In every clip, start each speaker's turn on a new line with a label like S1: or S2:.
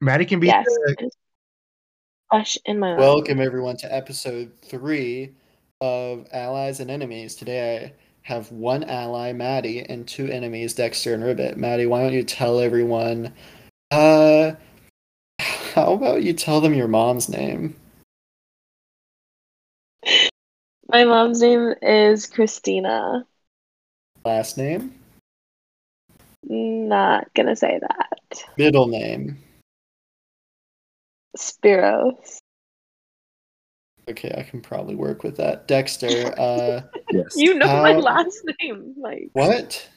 S1: Maddie can be
S2: Yes.
S1: the-
S2: Flesh in my mouth.
S3: Welcome everyone to episode three of Allies and Enemies. Today I have one ally, Maddie, and two enemies, Dexter and Ribbit. Maddie, why don't you tell everyone? Uh, how about you tell them your mom's name?
S2: My mom's name is Christina.
S3: Last name?
S2: Not gonna say that.
S3: Middle name.
S2: Spiros.
S3: Okay, I can probably work with that. Dexter, uh,
S4: Yes.
S2: You know my
S3: How-
S2: last name. Like
S3: Uh, what?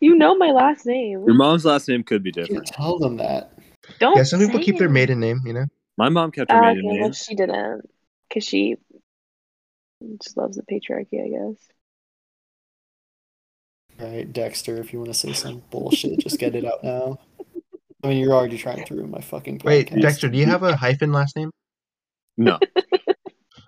S2: you know my last name.
S4: Your mom's last name could be
S3: You can't
S4: different.
S3: tell them that.
S2: Don't
S1: yeah, some people
S2: say
S1: keep their
S2: it.
S1: maiden name, you know?
S4: My mom kept her
S2: Ah, okay,
S4: maiden
S2: well
S4: name.
S2: she didn't. Cause she just loves the patriarchy, I guess.
S3: All right, Dexter, if you want to say some bullshit, just get it out now. I mean, you're already trying to ruin my fucking podcast.
S1: Wait, Dexter, do you have a hyphen last name?
S4: No,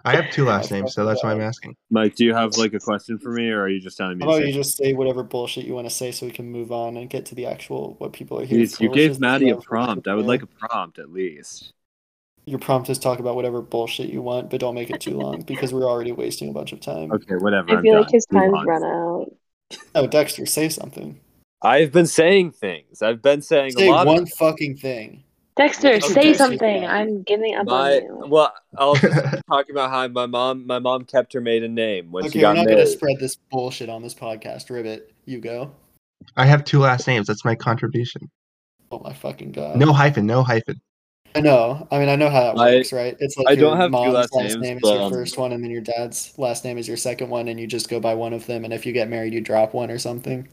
S1: I have two
S3: Yeah,
S1: last names, so that's why I'm asking.
S4: Mike, do you have like a question for me, or are you just telling me?
S3: How
S4: to
S3: about
S4: say-
S3: Oh, you just say whatever bullshit you want to say so we can move on and get to the actual what people are here
S4: Jeez,
S3: for?
S4: you
S3: which is
S4: gave
S3: to
S4: Maddie a
S3: have-
S4: prompt. I would like a prompt at least.
S3: your prompt is talk about whatever bullshit you want, but don't make it too long because we're already wasting a bunch of time.
S4: Okay, whatever.
S2: I
S4: I'm
S2: feel like
S4: done.
S2: his
S4: Move
S2: time's
S4: on.
S2: run out.
S3: No, Dexter, say something.
S5: I've been saying things. I've been saying
S3: Say
S5: a lot.
S3: one fucking thing.
S2: Dexter,
S3: Okay,
S2: say
S3: Dexter.
S2: something. I'm giving up
S5: my
S2: on you.
S5: well, I'll just talk about how my mom my mom kept her maiden name when she
S3: Okay, we're
S5: got
S3: not
S5: married.
S3: gonna spread this bullshit on this podcast. Ribbit, you go.
S1: I have two last names. That's my contribution.
S3: Oh my fucking god.
S1: No hyphen, no hyphen.
S3: I know. I mean, I know how that
S5: I-
S3: works, right? It's like
S5: I
S3: your
S5: don't have two
S3: mom's
S5: last names,
S3: name is
S5: but,
S3: your
S5: um,
S3: first one, and then your dad's last name is your second one, and you just go by one of them. And if you get married, you drop one or something.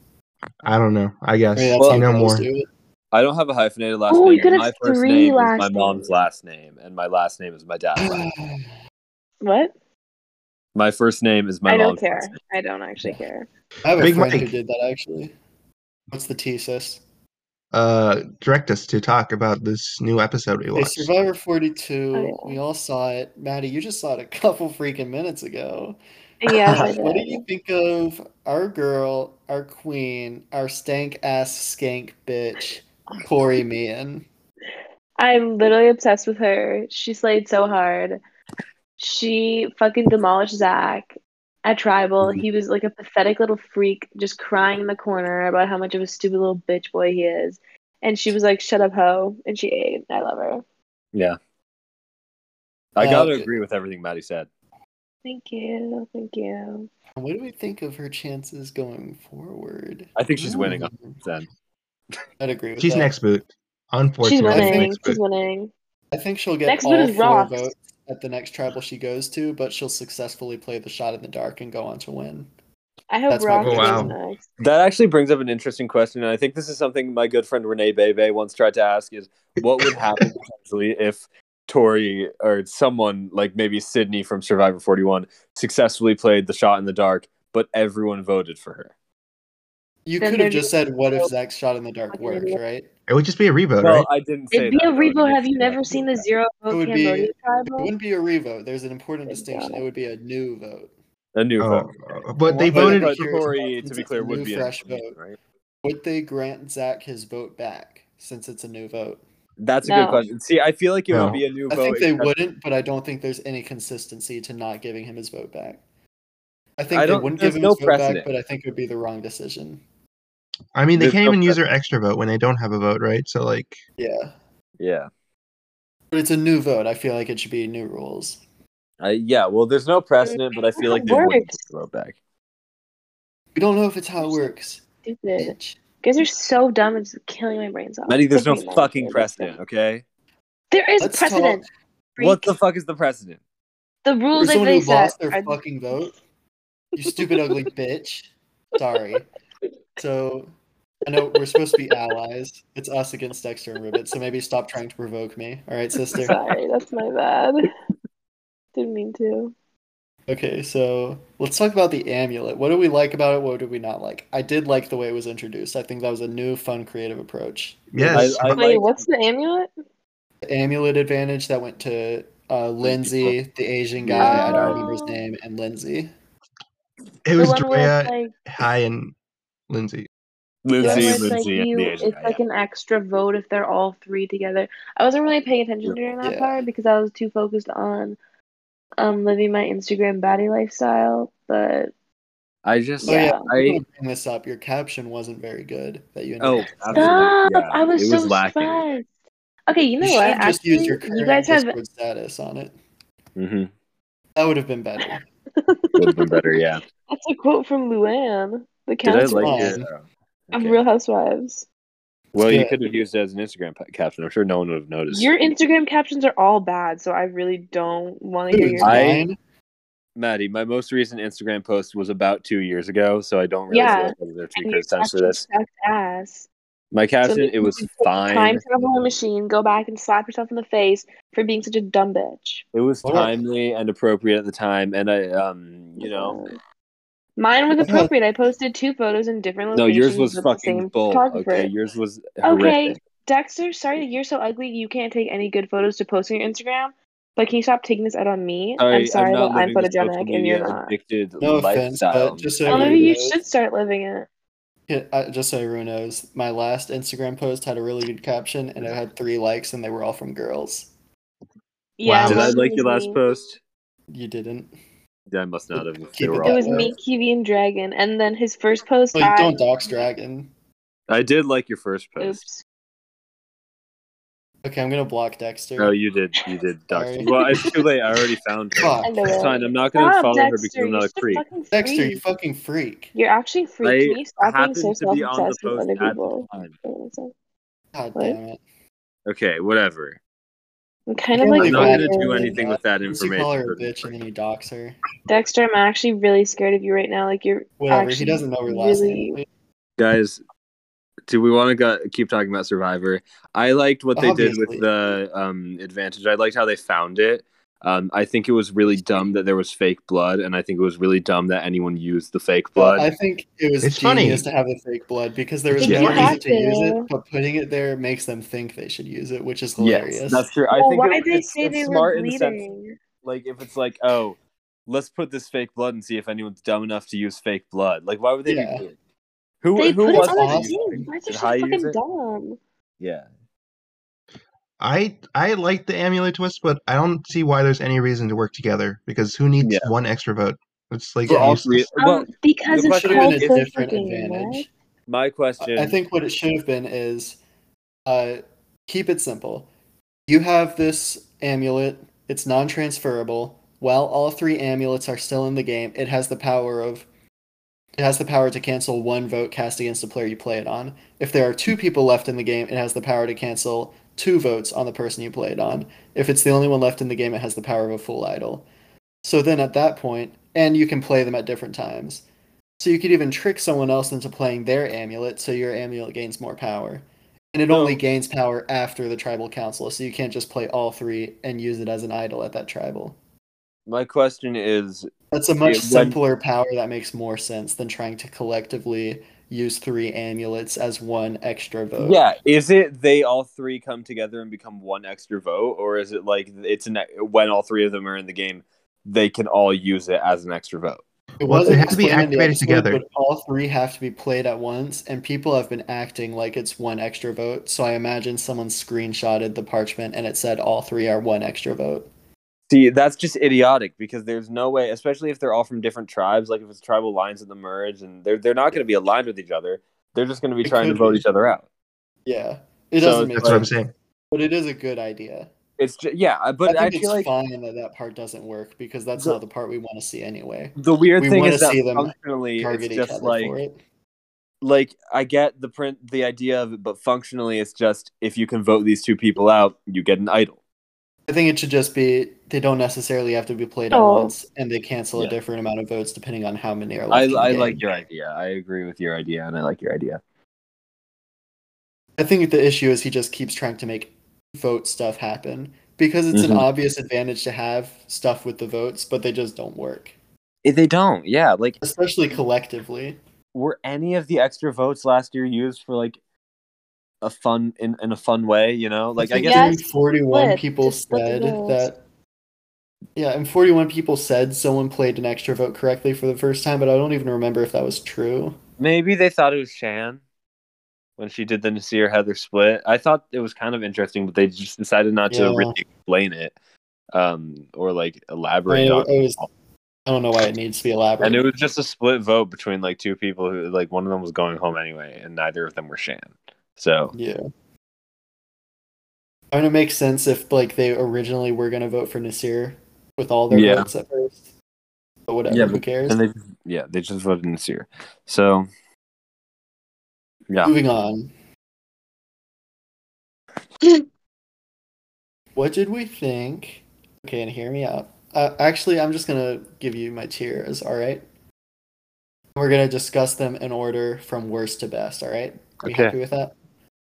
S1: I don't know. I guess.
S3: I mean, that's
S1: you
S3: how
S1: know more.
S3: girls do it.
S5: I don't have a hyphenated last
S2: Oh, you
S5: name.
S2: could have
S5: my first
S2: three
S5: name
S2: last
S5: is my
S2: names.
S5: mom's last name, and my last name is my dad's. last name.
S2: What?
S5: my first name is my
S2: I don't
S5: mom's.
S2: care.
S5: last name.
S2: I don't actually care.
S3: I have a
S1: Big
S3: friend who
S1: Mike.
S3: did that actually. What's the thesis?
S1: Uh, direct us to talk about this new episode we
S3: Okay,
S1: watched.
S3: Survivor 42.
S2: Oh, yeah.
S3: We all saw it. Maddie, you just saw it a couple freaking minutes ago.
S2: Yes, I
S3: what do
S2: did.
S3: you think of our girl, our queen, our stank ass skank bitch, Corey Meehan?
S2: I'm literally obsessed with her. She slayed so hard. She fucking demolished Zach at Tribal. He was like a pathetic little freak just crying in the corner about how much of a stupid little bitch boy he is. And she was like, shut up, hoe. And she ate. I love her.
S5: Yeah, I
S3: Uh,
S5: gotta agree with everything Maddie said.
S2: Thank you. Thank you.
S3: What do we think of her chances going forward?
S5: I think she's winning.
S3: Mm,
S5: Then
S3: I'd agree with
S1: She's
S3: that.
S1: next boot.
S2: She's
S1: Unfortunately,
S3: I
S2: winning.
S3: think-
S1: next
S2: She's
S1: boot.
S2: winning.
S3: I think she'll get
S2: Next
S3: all
S2: one is
S3: four
S2: Ross.
S3: votes at the next tribal she goes to, but she'll successfully play the shot in the dark and go on to win.
S2: I hope
S3: That's my
S2: Rock
S1: vote.
S2: is
S1: Wow.
S2: next.
S5: that actually brings up an interesting question, and I think this is something my good friend Renee Bebe once tried to ask: is what would happen potentially if Tori or someone like maybe Sydney from Survivor 41 successfully played the shot in the dark, but everyone voted for her?
S3: You
S2: Then
S3: could
S2: they're
S3: have just
S2: just-
S3: said, "What if Zach's shot in the dark
S2: Fucking
S3: worked?"
S2: idiot.
S3: Right?
S1: It would just be a revote,
S5: Well,
S1: right?
S5: I didn't say
S2: It'd be
S5: that.
S2: a
S5: I would
S2: revote. Have
S5: just
S2: you
S5: say
S2: never
S5: that.
S2: seen the zero
S3: It
S2: vote
S3: would
S2: Cambodia
S3: be- It
S2: tribal?
S3: wouldn't be a revote. There's an important
S2: Good
S3: distinction.
S2: job.
S3: It would be a new vote.
S5: a new
S1: Oh,
S5: vote?
S1: but they
S3: Well,
S1: voted.
S3: but-
S5: Tori, to be clear, would be
S3: New
S5: a
S3: fresh
S5: new
S3: vote.
S5: right?
S3: Would they grant Zach his vote back since it's a new vote?
S5: That's a
S2: No.
S5: good question. See, I feel like it
S1: No.
S5: would be a new
S3: I
S5: vote.
S3: think they
S5: except-
S3: wouldn't, but I don't think there's any consistency to not giving him his vote back. I think
S5: I
S3: they
S5: don't-
S3: wouldn't give
S5: there's
S3: him
S5: no
S3: his vote back,
S5: precedent.
S3: but I think it would be the wrong decision.
S1: I mean, they
S5: There's
S1: can't
S5: no
S1: even use their extra vote when they don't have a vote, right? So, like,
S3: Yeah.
S5: Yeah.
S3: But it's a new vote. I feel like it should be new rules.
S5: I, yeah. Well, there's no precedent, but I feel like they
S2: Works.
S5: would give the vote back.
S3: We don't know if it's how it works.
S2: Stupid.
S3: Bitch.
S2: You guys are so dumb. It's killing my brains off.
S5: Maddie, there's no
S2: Thinking about
S5: fucking
S2: it.
S5: precedent, okay?
S2: There is
S3: Let's
S2: precedent. freak.
S5: What the fuck is the precedent?
S2: The
S3: For
S2: rules that
S3: someone
S2: they
S3: who
S2: set
S3: lost their
S2: are
S3: fucking vote, you stupid ugly bitch. Sorry. So I know we're supposed to be allies. It's us against Dexter and Ribbit. So maybe stop trying to provoke me. All right, sister.
S2: sorry. That's my bad. Didn't mean to.
S3: Okay, so let's talk about the amulet. What do we like about it? What did we not like? I did like the way it was introduced. I think that was a new, fun, creative approach.
S1: yes,
S5: I
S2: Wait,
S5: like-
S2: what's the amulet?
S3: The amulet advantage that went to uh, Lindsay, the Asian guy, I don't remember his name, and Lindsay.
S1: it was
S2: the one where
S1: Drea,
S2: it's like
S1: High, and Lindsay.
S2: Yeah,
S5: Lindsay,
S2: where it's
S5: Lindsay,
S2: like
S5: and
S2: you,
S5: the Asian
S2: it's
S5: guy.
S2: like an extra vote if they're all three together. I wasn't really paying attention during that
S3: Yeah.
S2: part because I was too focused on um living my Instagram body lifestyle. But
S5: I just,
S2: Yeah.
S3: I
S5: I,
S3: bring this up. Your caption wasn't very good that you.
S5: oh,
S3: noticed.
S2: stop!
S5: absolutely, yeah,
S2: I was
S5: it
S2: so
S5: was lacking.
S2: stressed. Okay, you
S3: You
S2: know
S3: should
S2: what?
S3: have just used
S2: Actually,
S3: your
S2: you
S3: current
S2: guys have
S3: Discord status on it.
S5: Mm-hmm.
S3: That would have been better.
S5: Would have been better, yeah.
S2: that's a quote from Luann, the
S5: Did I
S2: counselor
S5: like
S3: fine.
S5: it?
S2: of Real Housewives.
S5: Well,
S3: It's
S5: you
S3: good.
S5: could have used it as an Instagram pa- caption. I'm sure no one would have noticed.
S2: Your Instagram captions are all bad, so I really don't want to hear
S3: Dude,
S2: your.
S5: I-
S3: mine.
S5: Maddie, my most recent Instagram post was about two years ago, so I don't really
S2: Yeah.
S5: feel like I deserve to be
S2: and your
S5: criticized for
S2: caption
S5: this.
S2: sucks ass.
S5: My caption,
S2: maybe
S5: it was
S2: you should Time
S5: fine.
S2: travel on a machine. Go back and slap yourself in the face for being such a dumb bitch.
S5: It was
S3: Whatever.
S5: timely and appropriate at the time, and I, um, you know,
S2: Mine was
S3: What?
S2: appropriate. I posted two photos in different
S5: no,
S2: locations.
S5: yours was
S2: with the
S5: fucking
S2: same
S5: full.
S2: photographer.
S5: Okay, yours was
S2: Okay,
S5: horrific.
S2: Dexter, sorry that you're so ugly. You can't take any good photos to post on your Instagram. But can you stop taking this out on me?
S5: Sorry,
S2: I'm sorry
S5: not
S2: that I'm
S5: living the social
S2: photogenic and
S5: media
S2: you're not.
S5: Addicted
S3: No offense,
S5: lifestyle.
S3: but just so
S2: Well,
S3: everyone
S2: maybe you
S3: knows-
S2: should start living it.
S3: Yeah, I, just so everyone knows, my last Instagram post had a really good caption, and it had three likes, and they were all from girls.
S2: Yeah,
S1: Wow.
S5: Did I
S2: Logan
S5: like your
S2: was
S5: last
S2: me.
S5: post?
S3: You didn't.
S5: Yeah, I must not have. if They
S3: Keep it
S5: were
S2: It
S5: all
S2: was
S3: Yeah.
S2: me, Kiwi, and Dragon. And then his first post,
S3: Like,
S2: I.
S3: Oh, don't dox Dragon.
S5: I did like your first post.
S2: Oops.
S3: Okay, I'm gonna block Dexter.
S5: No, you did. You did, Doctor.
S3: Sorry.
S5: Well, it's too late. I already found her.
S3: Fuck.
S2: I know
S5: It's
S2: it.
S5: fine. I'm not gonna
S2: Stop,
S5: follow her because
S2: Dexter,
S5: I'm
S2: you're
S5: not a
S2: such
S5: creep.
S2: fucking
S3: Dexter, you
S2: freak.
S3: fucking freak.
S2: You're actually freak. Can you stop being
S5: happened
S2: so
S5: to be on the
S2: self-obsessed with
S5: post
S2: other
S5: at the
S2: people?
S5: time.
S3: God
S2: What?
S3: damn it.
S5: Okay, whatever.
S2: I'm kind
S3: I
S2: of like
S3: can't
S5: I'm
S3: believe
S5: not
S3: that.
S5: gonna do
S2: bothered.
S5: anything with that
S3: Once you call her a
S5: information.
S3: bitch and then you dox her.
S2: Dexter, I'm actually really scared of you right now. Like you're
S3: Whatever, he
S2: Actually,
S3: doesn't know her last name.
S5: Guys, do we want to go- keep talking about Survivor? I liked what they did
S3: Obviously.
S5: with the um, advantage. I liked how they found it. Um, I think it was really dumb that there was fake blood, and I think it was really dumb that anyone used the fake blood.
S3: But I think it was
S1: It's funny.
S3: genius to have the fake blood because there was no
S5: Yeah. You
S3: reason
S2: have
S3: to use it,
S2: to.
S3: but putting it there makes them think they should use it, which is hilarious.
S5: yes, that's true. I
S2: well,
S5: think
S2: why
S5: it-
S2: did oh, they
S5: it's-
S2: say
S5: it's
S2: they were
S5: smart in the sense-
S2: bleeding?
S5: like if it's like oh let's put this fake blood and see if anyone's dumb enough to use fake blood like why would they
S3: Yeah.
S5: do that who
S2: They
S5: who
S2: put
S5: was
S2: it
S3: wants
S2: on
S3: to
S2: a
S3: use
S2: thing. Why is it
S5: Did
S2: so
S5: I use
S2: fucking
S5: it?
S2: dumb?
S5: yeah
S1: I I like the amulet twist, but I don't see why there's any reason to work together because who needs
S5: Yeah.
S1: one extra vote? It's like
S5: for all
S1: useless.
S5: three
S2: Um,
S5: well
S2: because it's
S5: the question
S3: should have
S2: called
S3: been a
S2: social
S3: different
S2: game,
S3: advantage.
S2: right?
S5: my question
S3: I think what it should have been is uh, keep it simple. You have this amulet, it's non transferable. While all three amulets are still in the game, it has the power of it has the power to cancel one vote cast against the player you play it on. If there are two people left in the game, it has the power to cancel two votes on the person you play it on. If it's the only one left in the game, it has the power of a full idol. So then at that point, and you can play them at different times. So you could even trick someone else into playing their amulet, so your amulet gains more power. And it
S5: No.
S3: only gains power after the tribal council, so you can't just play all three and use it as an idol at that tribal.
S5: my question is
S3: That's a much
S5: Yeah, when-
S3: simpler power that makes more sense than trying to collectively use three amulets as one extra vote.
S5: yeah is it they all three come together and become one extra vote or is it like it's an when all three of them are in the game they can all use it as an extra vote
S3: It
S1: Well,
S3: wasn't
S1: they have to be
S3: explained in the
S1: activated together.
S3: But all three have to be played at once, and people have been acting like it's one extra vote. So I imagine someone screenshotted the parchment and it said all three are one extra vote.
S5: See, that's just idiotic because there's no way, especially if they're all from different tribes. Like if it's tribal lines in the merge, and they're they're not going to be aligned with each other. They're just going to be
S3: It
S5: trying to
S3: could
S5: vote
S3: be.
S5: each other out.
S3: Yeah, it
S5: So
S3: doesn't
S5: it's
S3: make
S1: That's what I'm
S3: sense,
S1: saying.
S3: but it is a good idea.
S5: It's just, yeah, I- but
S3: I
S5: I,
S3: think it's
S5: feel like
S3: fine that that part doesn't work because that's
S5: The-
S3: not the part we want to see anyway.
S5: the weird
S3: we
S5: thing
S3: wanna
S5: is that
S3: see them
S5: functionally,
S3: Target
S5: it's
S3: each
S5: just
S3: other
S5: like
S3: for it.
S5: like I get the print the idea of it, but functionally, it's just if you can vote these two people out, you get an idol.
S3: I think it should just be they don't necessarily have to be played at
S2: Oh.
S3: once, and they cancel
S5: Yeah.
S3: a different amount of votes depending on how many are left.
S5: I
S3: in the
S5: I
S3: game.
S5: like your idea. I agree with your idea, and I like your idea.
S3: I think the issue is he just keeps trying to make vote stuff happen because it's
S5: Mhm.
S3: an obvious advantage to have stuff with the votes, but they just don't work,
S5: If they don't, yeah, like
S3: especially collectively.
S5: were any of the extra votes last year used for like a fun in, in a fun way you know like i
S3: think
S5: guess
S2: Yeah.
S3: in
S2: Yes,
S3: 41
S2: split,
S3: people
S2: just split the
S3: said
S2: votes.
S3: that. Yeah, and 41 people said someone played an extra vote correctly for the first time, but I don't even remember if that was true.
S5: maybe they thought it was shan when she did the Nasir Heather split. I thought it was kind of interesting, but they just decided not
S3: Yeah.
S5: to really explain it um, or like
S3: I,
S5: elaborate
S3: mean,
S5: on
S3: it
S5: it.
S3: was, I don't know why it needs to be elaborate.
S5: And it was just a split vote between like two people who like one of them was going home anyway, and neither of them were Shan. So
S3: Yeah. I mean, it makes sense if like they originally were gonna vote for Nasir with all their
S5: Yeah.
S3: votes at first. But whatever,
S5: Yeah,
S3: who cares?
S5: and they yeah they just voted Nasir. So yeah,
S3: Moving on. what did we think? Okay, and hear me out. Uh, actually, I'm just gonna give you my tiers. All right. We're gonna discuss them in order from worst to best. All right. Are you
S5: Okay.
S3: happy with that?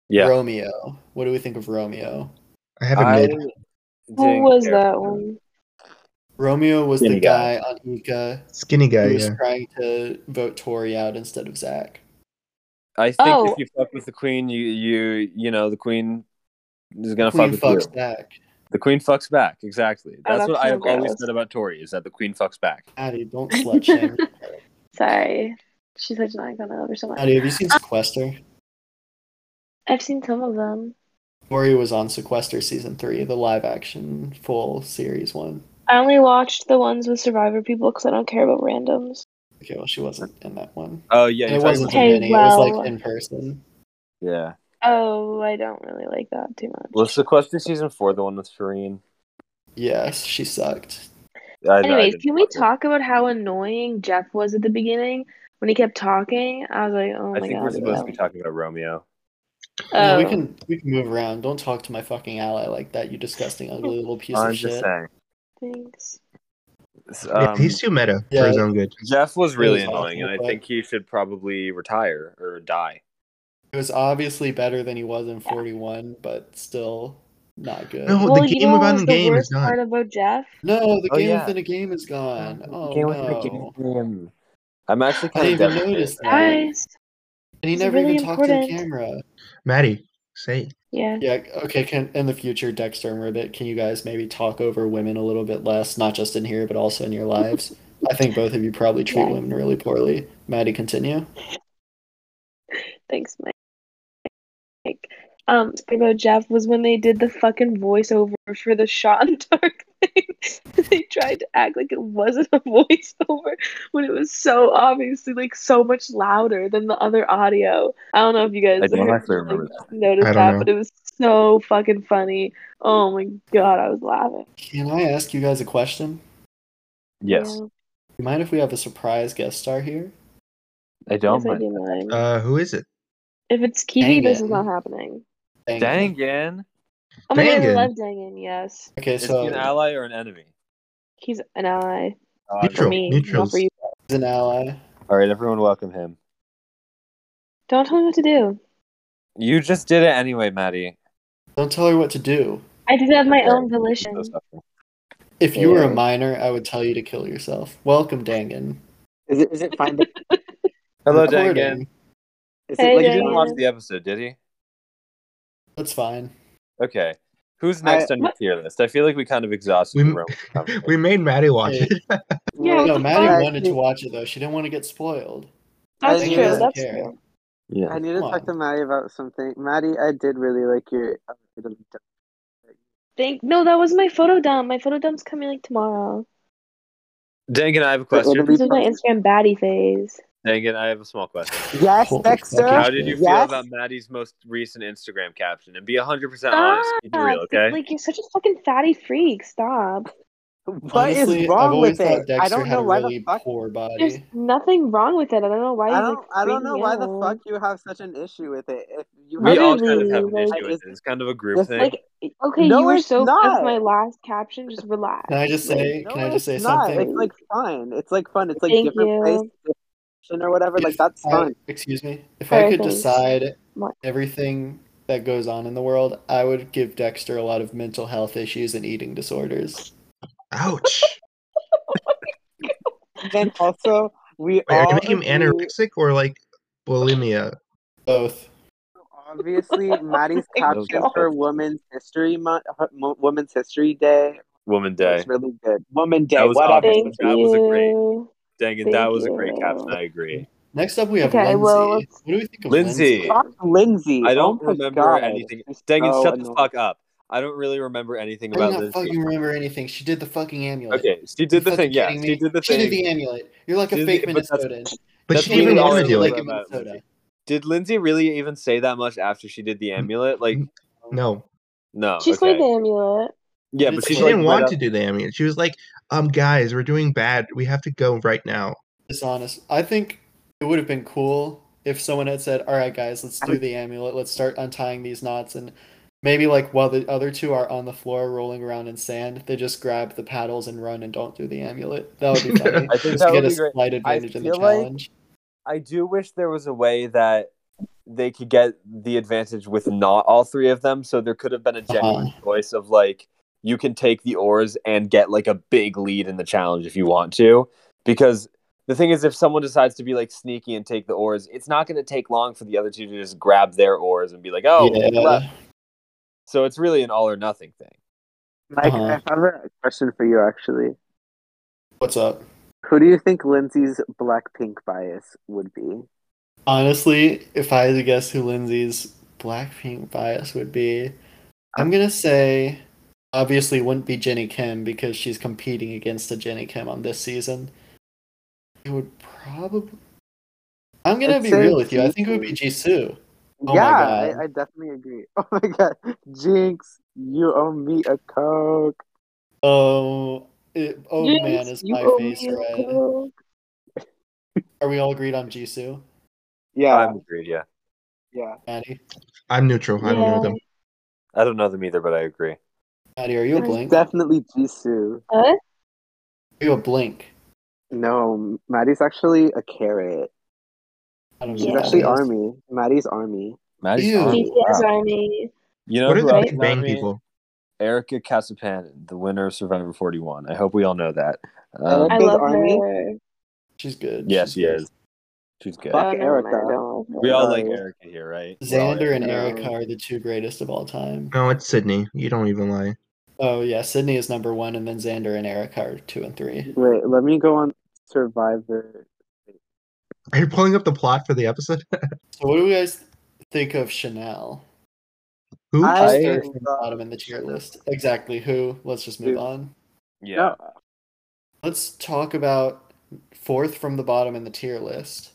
S5: Yeah.
S3: Romeo. What do we think of Romeo?
S1: I have a mid.
S2: Who was that one?
S3: Romeo was
S5: Skinny
S3: the
S5: guy.
S3: guy on Ika
S1: Skinny guy,
S3: who was
S1: yeah.
S3: trying to vote Tory out instead of Zach.
S5: I think
S2: Oh.
S5: if you fuck with the queen, you you you know the queen is gonna
S3: Queen
S5: fuck with you.
S3: fucks Zach.
S5: The queen fucks back. Exactly.
S2: Oh,
S5: That's,
S2: that's
S5: what
S2: so
S5: I have always
S2: gross.
S5: said about Tori is that the queen fucks back.
S3: Addie, don't slut shame.
S2: Sorry. She's such an icon. I love her so much.
S3: Addie, have you seen Sequester?
S2: I've seen some of them.
S3: Tori was on Sequester season three, the live action full series one.
S2: I only watched the ones with Survivor people because I don't care about randoms.
S3: Okay, well, she wasn't in that one.
S5: Oh yeah,
S3: And it
S5: you're talking
S3: wasn't
S5: about-
S2: Hey,
S3: mini, it was
S2: well.
S3: like in person.
S5: yeah.
S2: Oh, I don't really like that too much.
S5: Was Sequester season four the one with Shireen?
S3: Yes, she sucked.
S5: I, I
S2: Anyways,
S5: didn't
S2: can we
S5: watch it.
S2: talk about how annoying Jeff was at the beginning when he kept talking? I was like, oh
S5: I
S2: my
S5: think
S2: god.
S5: we're supposed to be
S2: no.
S5: talking about Romeo.
S3: No, we
S2: Oh.
S3: can we can move around. Don't talk to my fucking ally like that, you disgusting ugly little piece
S5: I'm
S3: of
S5: just
S3: shit.
S5: saying.
S2: Thanks.
S5: S-
S1: yeah.
S5: um,
S1: He's too meta for
S3: yeah.
S1: his own good.
S5: Jeff was really
S3: He's
S5: annoying, and I
S3: awful, but-
S5: think he should probably retire or die.
S3: It was obviously better than he was in forty one, but still not good.
S1: No,
S2: well,
S1: the
S2: you
S1: game
S2: know
S1: about
S2: what was
S1: the
S2: the
S1: game
S2: worst
S1: is not.
S2: part about Jeff?
S3: No, the
S5: Oh,
S3: game
S5: yeah.
S3: within a game is gone. Oh
S5: Game within a
S3: no!
S5: game. I'm actually
S3: I
S5: kind
S3: didn't
S5: of
S3: even
S5: devastated.
S3: notice that.
S2: Guys.
S3: And he
S2: It's
S3: never
S2: really
S3: even talked to the
S2: important.
S3: camera.
S1: Maddie, say it.
S2: Yeah.
S3: Yeah. Okay. Can in the future, Dexter and Ribbit, can you guys maybe talk over women a little bit less, not just in here but also in your lives? I think both of you probably treat
S2: Yeah.
S3: women really poorly. Maddie, continue.
S2: Thanks, Mike. Mike. Um, speaking about Jeff was when they did the fucking voiceover for the shot in the dark thing. they tried to act like it wasn't a voiceover when it was so obviously like so much louder than the other audio. I don't know if you guys
S5: I don't
S2: heard-
S5: actually remember that.
S2: noticed
S1: I don't
S2: that,
S1: know.
S2: but it was so fucking funny. Oh my god, I was laughing.
S3: Can I ask you guys a question?
S5: Yes,
S2: Yeah.
S3: You mind if we have a surprise guest star here?
S5: I don't.
S2: Yes, I
S5: mind.
S2: do mind.
S1: Uh, who is it?
S2: if it's Kiwi,
S3: Dang
S2: this
S3: it.
S2: is not happening.
S3: Dang.
S5: Dang, Yan.
S2: Oh my god, I
S1: Dang it.
S2: love Dangan, yes.
S3: Okay,
S5: Is he an
S3: so
S5: ally or an enemy?
S2: He's an ally.
S5: Uh,
S2: For
S1: Neutral.
S2: me, not
S1: neutrals.
S2: for you.
S3: he's an ally.
S5: All right, everyone, welcome him.
S2: Don't tell me what to do.
S5: You just did it anyway, Maddie.
S3: Don't tell her what to do.
S2: I did have my
S5: Okay.
S2: own volition.
S3: If you were a
S2: Yeah.
S3: minor, I would tell you to kill yourself. Welcome, Dangan.
S6: Is it is it fine? that-
S5: Hello,
S3: Recording.
S5: Dangan.
S6: Is
S2: Hey,
S6: it
S5: He
S6: like
S2: Dangan.
S6: that?
S5: didn't watch the episode, did he?
S3: That's fine.
S5: Okay. Who's next on your
S2: What?
S5: tier list? I feel like we kind of exhausted
S1: We-
S5: the realm of conversation.
S1: We made Maddie watch
S3: Hey.
S1: it.
S2: Yeah,
S6: Well,
S2: what
S3: No,
S2: the
S3: Maddie
S2: fuck?
S3: wanted to watch it though. She didn't want to get spoiled.
S2: That's
S6: I
S2: true.
S6: think
S3: doesn't
S2: That's
S3: care.
S2: true.
S5: yeah.
S6: I need to
S3: Come
S6: talk
S3: on.
S6: to Maddie about something. Maddie, I did really like your.
S2: Thank. No, that was my photo dump. My photo dump's coming like tomorrow.
S5: Dangan, I have a
S6: But it'll
S5: question.
S6: be-
S2: This is my Instagram baddie phase.
S5: Dangan, I have a small question.
S6: Yes,
S3: Holy
S6: Dexter.
S3: fucking
S5: How did you feel
S6: Yes.
S5: about Maddie's most recent Instagram caption? And be 100%
S2: Stop!
S5: honest. Keep it real, okay?
S2: Like you're such a fucking fatty freak. Stop.
S6: What is
S3: Honestly, I've
S6: wrong
S3: always
S6: with
S3: thought
S6: it?
S3: Dexter
S6: I don't
S3: had
S6: know
S3: a
S6: why
S3: really
S6: the fuck.
S3: poor
S2: There's
S3: body.
S2: nothing wrong with it. I don't know why
S6: I
S2: you're like
S6: don't. I don't
S2: freaking
S6: know why the
S2: out.
S6: fuck you have such an issue with it. If you
S5: We
S6: have
S5: all kind of
S2: Literally,
S5: have an
S2: like-
S5: issue with it. It's kind of a group
S6: Just
S5: thing.
S2: Like, okay,
S6: No,
S2: you were
S6: it's
S2: so obsessed with
S6: not.
S2: my last caption. Just relax.
S3: Can I just
S2: Like,
S3: say?
S6: No,
S3: can I just say
S6: it's not.
S3: something?
S6: It's like fun. It's like fun. It's like
S2: Thank
S6: different
S2: you.
S6: place, different action or whatever. Like
S3: If
S6: that's
S3: I-
S6: fun.
S3: excuse me. If I
S2: Sorry,
S3: could
S2: thanks.
S3: decide
S2: What?
S3: everything that goes on in the world, I would give Dexter a lot of mental health issues and eating disorders.
S1: Ouch.
S6: Then also we
S1: Wait, are
S6: all
S1: you making him
S6: agree-
S1: anorexic or like bulimia?
S3: Both.
S6: Obviously, Maddie's
S2: my
S6: caption
S5: God.
S6: for Women's History Month, Mo- Women's History Day
S5: Woman Day.
S6: was really good. Woman Day,
S5: That was
S6: whatever.
S5: obvious.
S2: Thank
S5: That was a great-
S2: you.
S5: Dangan,
S2: Thank
S5: that was a great
S2: you.
S5: caption. I agree.
S3: Next up, we have
S2: Okay,
S3: Lindsay.
S2: well,
S3: what
S2: let's-
S3: do we think of
S5: Lindsay.
S3: Lindsay?
S6: Fuck Lindsay.
S5: I don't
S6: Oh my
S5: remember
S6: God.
S5: anything.
S6: She's
S5: Dang it,
S6: so
S5: shut the
S6: annoying.
S5: fuck up. I don't really remember anything
S3: Oh, I do
S5: about
S3: not
S5: this.
S3: fucking remember anything. She did the fucking amulet.
S5: Okay, she
S3: You
S5: did the
S3: fucking
S5: thing. Yeah,
S3: kidding
S5: she
S3: me?
S5: did the
S3: She
S5: thing.
S3: did the amulet. You're like a
S5: Did the-
S3: fake
S5: but that's-
S3: Minnesotan.
S1: But
S5: That's
S1: she
S5: really
S1: even
S5: all I
S1: wanted to do
S5: remember
S1: it.
S3: like in
S5: about
S3: Minnesota.
S5: Lindsay. Did Lindsay really even say that much after she did
S3: Mm.
S5: the amulet? Like,
S1: No,
S5: no.
S2: She
S5: Oh, okay.
S2: slayed the amulet.
S5: Yeah,
S3: She
S5: but
S1: she
S5: she's
S3: like,
S1: didn't
S5: right
S1: want
S5: up-
S1: to do the amulet. She was like, "Um, guys, we're doing bad. We have to go right now."
S3: Dishonest. I think it would have been cool if someone had said, "All right, guys, let's do the amulet. Let's start untying these knots." And maybe like while the other two are on the floor rolling around in sand, they just grab the paddles and run and don't do the amulet. That would be funny.
S5: I
S3: just
S5: think
S3: to
S5: that
S3: get
S5: would
S3: a
S5: be great.
S3: slight advantage in the
S5: feel like-
S3: challenge.
S5: I do wish there was a way that they could get the advantage with not all three of them. So there could have been a
S3: Uh-huh.
S5: genuine choice of like you can take the oars and get like a big lead in the challenge if you want to. Because the thing is, if someone decides to be like sneaky and take the oars, it's not going to take long for the other two to just grab their oars and be like, "Oh,
S3: Yeah.
S5: left." so it's really an all or nothing thing."
S6: Mike,
S3: Uh-huh.
S6: I have a question for you actually.
S3: What's up?
S6: Who do you think Lindsay's Blackpink bias would be?
S5: Oh
S3: Honestly, if I had to guess who Lindsay's Blackpink bias would be, I'm gonna say obviously it wouldn't be Jenny Kim because she's competing against a Jenny Kim on this season. It would probably. I'm gonna
S6: I'd
S3: be
S6: say
S3: real with you. I think it would be Jisoo. Oh my
S6: yeah,
S3: God.
S6: I, I definitely agree. Oh my god, Jinx, you owe me a coke.
S3: Oh, it, oh
S2: Jinx,
S3: man, is
S2: you
S3: my
S2: owe
S3: face
S2: me a
S3: red?
S2: Coke.
S3: Are we all agreed on Jisoo,
S6: Yeah,
S5: I'm agreed. Yeah,
S6: yeah.
S3: Maddie?
S1: I'm neutral. I don't know them.
S5: I don't know them either, but I agree.
S3: Maddie, are you a
S2: There's
S3: blink? Are
S6: Definitely Jisoo.
S2: What?
S3: you a blink?
S6: No, Maddie's actually a carrot.
S3: I don't know.
S6: She's
S3: what that
S6: actually
S3: is.
S6: army. Maddie's army.
S5: Maddie's
S3: Ew.
S5: army,
S2: BTS
S5: wow.
S2: Army.
S5: You know
S1: What are
S5: who
S1: the
S5: else
S1: Big
S5: is
S1: Bang
S5: army?
S1: people?
S5: Erica Casapan, the winner of Survivor 41. I hope we all know that.
S2: I
S5: Um,
S6: Erica's
S2: love
S6: Army?
S2: her.
S3: She's good.
S5: yeah,
S3: She's
S5: she
S3: good.
S5: is. She's good.
S6: Fuck
S2: oh, never
S6: Erica.
S2: mind, I don't like her.
S5: we all like
S6: sorry.
S5: Erica here, right? We're all
S3: Xander and
S6: No.
S3: Erica are the two greatest of all time.
S1: No, it's Sydney. You don't even lie.
S3: Oh yeah, Sydney is number one, and then Xander and Erica are two and three.
S6: Wait, let me go on Survivor.
S1: Are you pulling up the plot for the episode?
S3: So what do you guys think of Chanel?
S1: Who?
S6: I-
S3: Just start from the
S6: love
S3: bottom in the tier
S6: Chanel.
S3: list. Exactly who? Let's just move
S6: Dude.
S3: on.
S5: Yeah.
S6: No,
S3: Let's talk about fourth from the bottom in the tier list.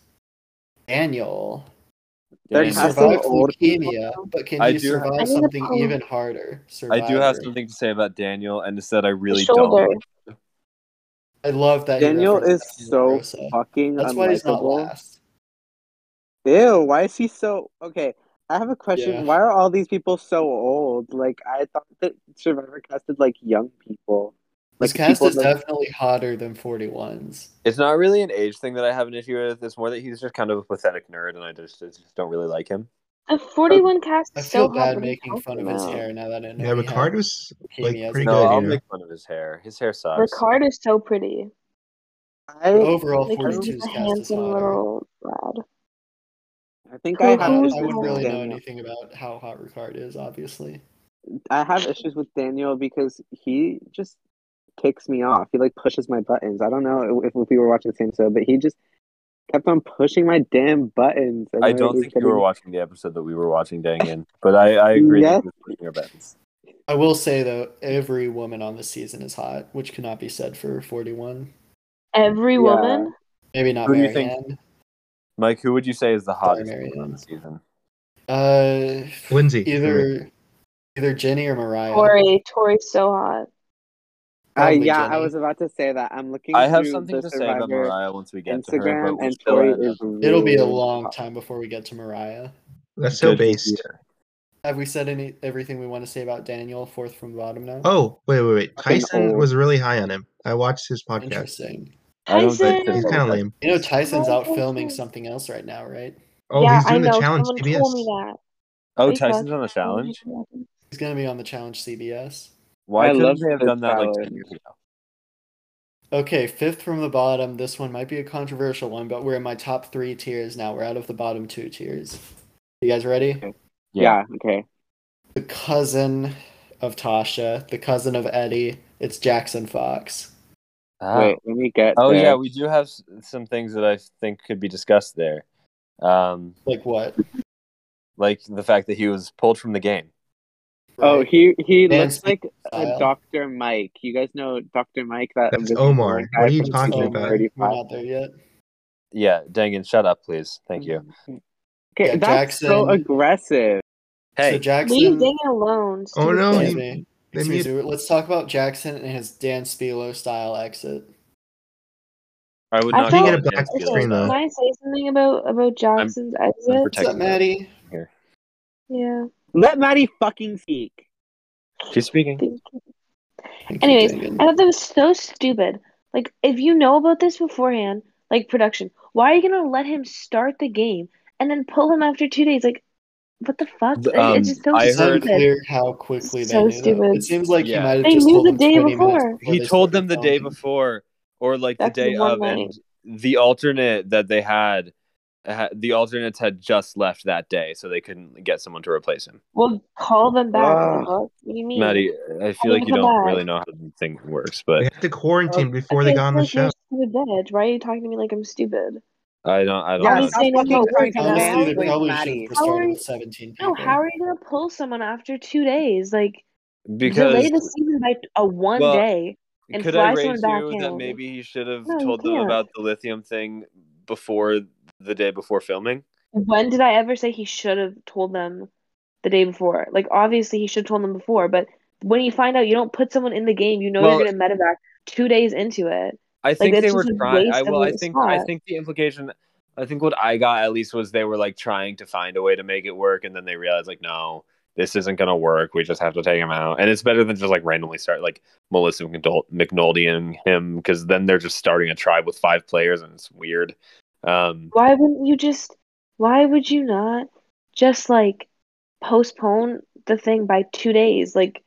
S3: Daniel.
S6: They're
S3: You
S5: Daniel.
S6: casting
S3: survived
S6: old people
S3: leukemia,
S6: now?
S3: but can
S5: I
S3: you
S5: do
S2: I
S5: have-
S3: survive
S2: need a
S3: something
S2: poem.
S3: even harder?
S5: I
S3: Survivor.
S5: do have something to say about Daniel, and it's that I really
S2: shoulder.
S5: don't.
S3: I love that. you
S6: Daniel is
S3: referenced that,
S6: so
S3: Rosa.
S6: fucking
S3: That's why he's not
S6: unlikable.
S3: last.
S6: Ew, why is he so okay? I have a question.
S3: Yeah.
S6: Why are all these people so old? Like I thought that Survivor casted like young people. Like
S3: This cast
S6: people
S3: is
S6: that-
S3: definitely hotter than 41s.
S5: It's not really an age thing that I have an issue with. It's more that he's just kind of a pathetic nerd, and I just, I just don't really like him.
S2: The 41 cast
S3: I
S2: is so
S3: feel
S2: hot.
S3: bad
S2: What are you
S3: making fun of his
S2: talking
S3: hair now that I know.
S1: yeah,
S3: he
S1: Ricard
S3: had
S1: was like
S3: leukemia as
S1: pretty
S3: a
S5: No,
S1: good.
S3: kid.
S5: I'll
S1: yeah.
S5: make fun of his hair. His hair
S2: about?
S5: sucks.
S2: Ricard is so pretty.
S6: I
S3: But overall,
S2: Like, he's
S3: 42's
S2: just a
S3: cast is
S2: handsome
S3: hotter.
S2: little lad.
S6: I think
S2: Who-
S6: I
S3: I,
S6: have
S2: who's
S3: I
S6: issues
S3: wouldn't
S6: with
S3: really know
S6: Daniel.
S3: anything about how hot Ricard is, obviously.
S6: I have issues with Daniel because he just kicks me off. He like pushes my buttons. I don't know if, if we were watching the same show, but he just kept on pushing my damn buttons. And
S5: I
S6: it
S5: don't
S6: was
S5: think you
S6: getting-
S5: were watching the episode that we were watching, Dangin, but I, I agree
S6: Yes.
S5: that he was pushing our buttons.
S3: I will say though, every woman on this season is hot, which cannot be said for 41.
S2: Every
S6: Yeah.
S2: woman?
S3: Maybe not
S5: Who do you think-
S3: Marianne.
S5: Mike, who would you say is the hottest
S3: Mary
S5: woman on
S3: Ann.
S5: the season?
S3: Uh,
S1: Lindsay.
S3: either either Jenny or Mariah.
S2: Tori. Tori's so hot.
S6: Uh,
S3: Probably
S6: yeah, I
S3: Jenny.
S6: was about to say that. I'm looking.
S5: I have
S6: through
S5: something
S6: the
S5: to say
S6: Survivor
S5: about Mariah once we get to her,
S6: Instagram
S5: but we're
S6: and
S5: still
S6: Tori
S5: at a
S6: is. Really Oh,
S3: It'll be a long
S6: hot.
S3: time before we get to Mariah.
S1: That's so
S5: good
S1: based.
S5: year.
S3: Have we said any everything we want to say about Daniel? Fourth from bottom now.
S1: Oh, wait, wait, wait.
S6: Fucking
S1: Tyson
S6: old.
S1: was really high on him. I watched his podcast,
S3: Interesting.
S5: I don't
S1: but
S2: Tyson!
S5: think
S1: he's kind of lame.
S3: You know Tyson's
S2: Why
S3: out
S2: is
S3: filming
S2: Tyson-
S3: something else right now, right?
S1: Oh,
S2: yeah,
S1: he's
S2: I
S1: doing the
S2: know.
S1: challenge
S2: Someone
S1: TBS.
S2: told me that.
S5: Oh,
S2: They
S5: Tyson's
S2: talked-
S5: on a challenge.
S3: He's gonna be on the challenge CBS.
S5: Why
S6: I
S5: couldn't
S6: love
S5: they have
S6: this
S5: done that like
S6: challenge.
S5: ten years ago?
S3: Okay, fifth from the bottom. This one might be a controversial one, but we're in my top three tiers now. We're out of the bottom two tiers. You guys ready?
S6: Yeah. Okay.
S3: The cousin of Tasha, the cousin of Eddie. It's Jackson Fox.
S5: Ah.
S6: Wait, let me get.
S5: Oh
S6: there.
S5: yeah, we do have s- some things that I think could be discussed there, um,
S3: Like what?
S5: like the fact that he was pulled from the game.
S6: Oh, he he
S3: Man
S6: looks like a
S3: style.
S6: Dr. Mike. You guys know Dr. Mike, that
S1: That's
S6: original
S1: Omar.
S6: guy
S1: What are you
S6: from
S1: talking
S6: season
S1: about?
S3: Omar, we're
S6: 35.
S3: not there yet.
S5: Yeah, Dangan, shut up, please. Thank
S6: Hmm.
S5: you.
S6: Okay,
S3: Yeah,
S6: that's so
S3: Jackson.
S6: aggressive.
S3: So
S5: Hey,
S2: Leave
S3: Jackson.
S2: Dang alone.
S1: Oh
S2: stupid
S1: no,
S2: thing.
S3: excuse
S1: he,
S3: me.
S1: they
S3: Excuse
S1: mute-
S3: me. Let's talk about Jackson and his Dan Spilo style exit.
S5: I would
S2: I felt-
S5: not call
S1: Speaking of
S5: it
S1: black
S5: Dan's
S2: Okay,
S1: screen,
S5: feelings,
S1: though.
S2: can I say something about about Jackson's
S5: I'm
S2: exit?
S3: What's up,
S5: protecting her
S3: Maddie?
S5: here.
S2: Yeah.
S6: Let Maddie fucking speak.
S5: She's speaking.
S2: Thank you.
S3: Thank you,
S2: Anyways,
S3: Dagan.
S2: I thought that was so stupid. Like, if you know about this beforehand, like production, why are you gonna let him start the game and then pull him after two days? Like, what the fuck?
S5: The,
S2: Like,
S5: um,
S2: it's just so
S5: I
S3: It's
S5: heard-
S2: stupid.
S3: unclear how quickly they
S2: So
S3: knew. though.
S2: stupid.
S3: It seems like
S5: Yeah.
S3: he might have
S2: They
S3: just
S2: knew
S3: told
S2: the
S3: him
S2: day
S3: 20 minutes
S2: before.
S3: before
S5: He
S3: they
S5: told
S3: started
S5: them the day
S3: filming.
S5: before, or like the
S2: That's
S5: day
S2: one
S5: of,
S2: night.
S5: and the alternate that they had, uh, ha- the alternates had just left that day, so they couldn't get someone to replace him.
S2: We'll call them back.
S6: Ugh.
S2: the fuck? What do you mean?
S5: Maddie, I feel
S2: didn't
S5: like you
S2: Hmm. come
S5: don't
S2: back.
S5: really know how the thing works, but
S1: They had to quarantine before they
S2: Okay,
S1: got on
S2: so,
S1: the
S2: like,
S1: show.
S2: you're a stupid bitch. Why are you talking to me like I'm stupid?
S5: I don't. I don't
S6: Yeah,
S5: know.
S2: I'm
S6: stop
S2: saying
S6: fucking
S2: about work
S6: trying to
S2: now.
S3: Honestly, they
S6: mansplain
S3: probably should
S6: Maddie.
S3: have
S2: How
S3: started
S2: are-
S3: with 17 people.
S2: No, how are you gonna pull someone after two days? Like delay
S5: Because
S2: the season by a one
S5: Well,
S2: day and
S5: could I
S2: fly someone
S5: raise
S2: back Oh,
S5: you
S2: in.
S5: that maybe he should have
S2: No, you
S5: told them
S2: can't.
S5: about the lithium thing before the day before filming?
S2: When did I ever say he should have told them the day before? Like obviously he should have told them before, but when you find out you don't put someone in the game, you know
S5: Well-
S2: you're gonna medevac two days into it.
S5: I
S2: Like
S5: think
S2: that's
S5: they
S2: just
S5: were
S2: a
S5: trying. I
S2: waste of
S5: well, I
S2: your
S5: think I
S2: slot.
S5: think the implication. I think what I got at least was they were like trying to find a way to make it work, and then they realized like, no, this isn't gonna work. We just have to take him out, and it's better than just like randomly start like Melissa McNul- McNulty and him because then they're just starting a tribe with five players, and it's weird. Um,
S2: Why wouldn't you just why would you not just like postpone the thing by two days? Like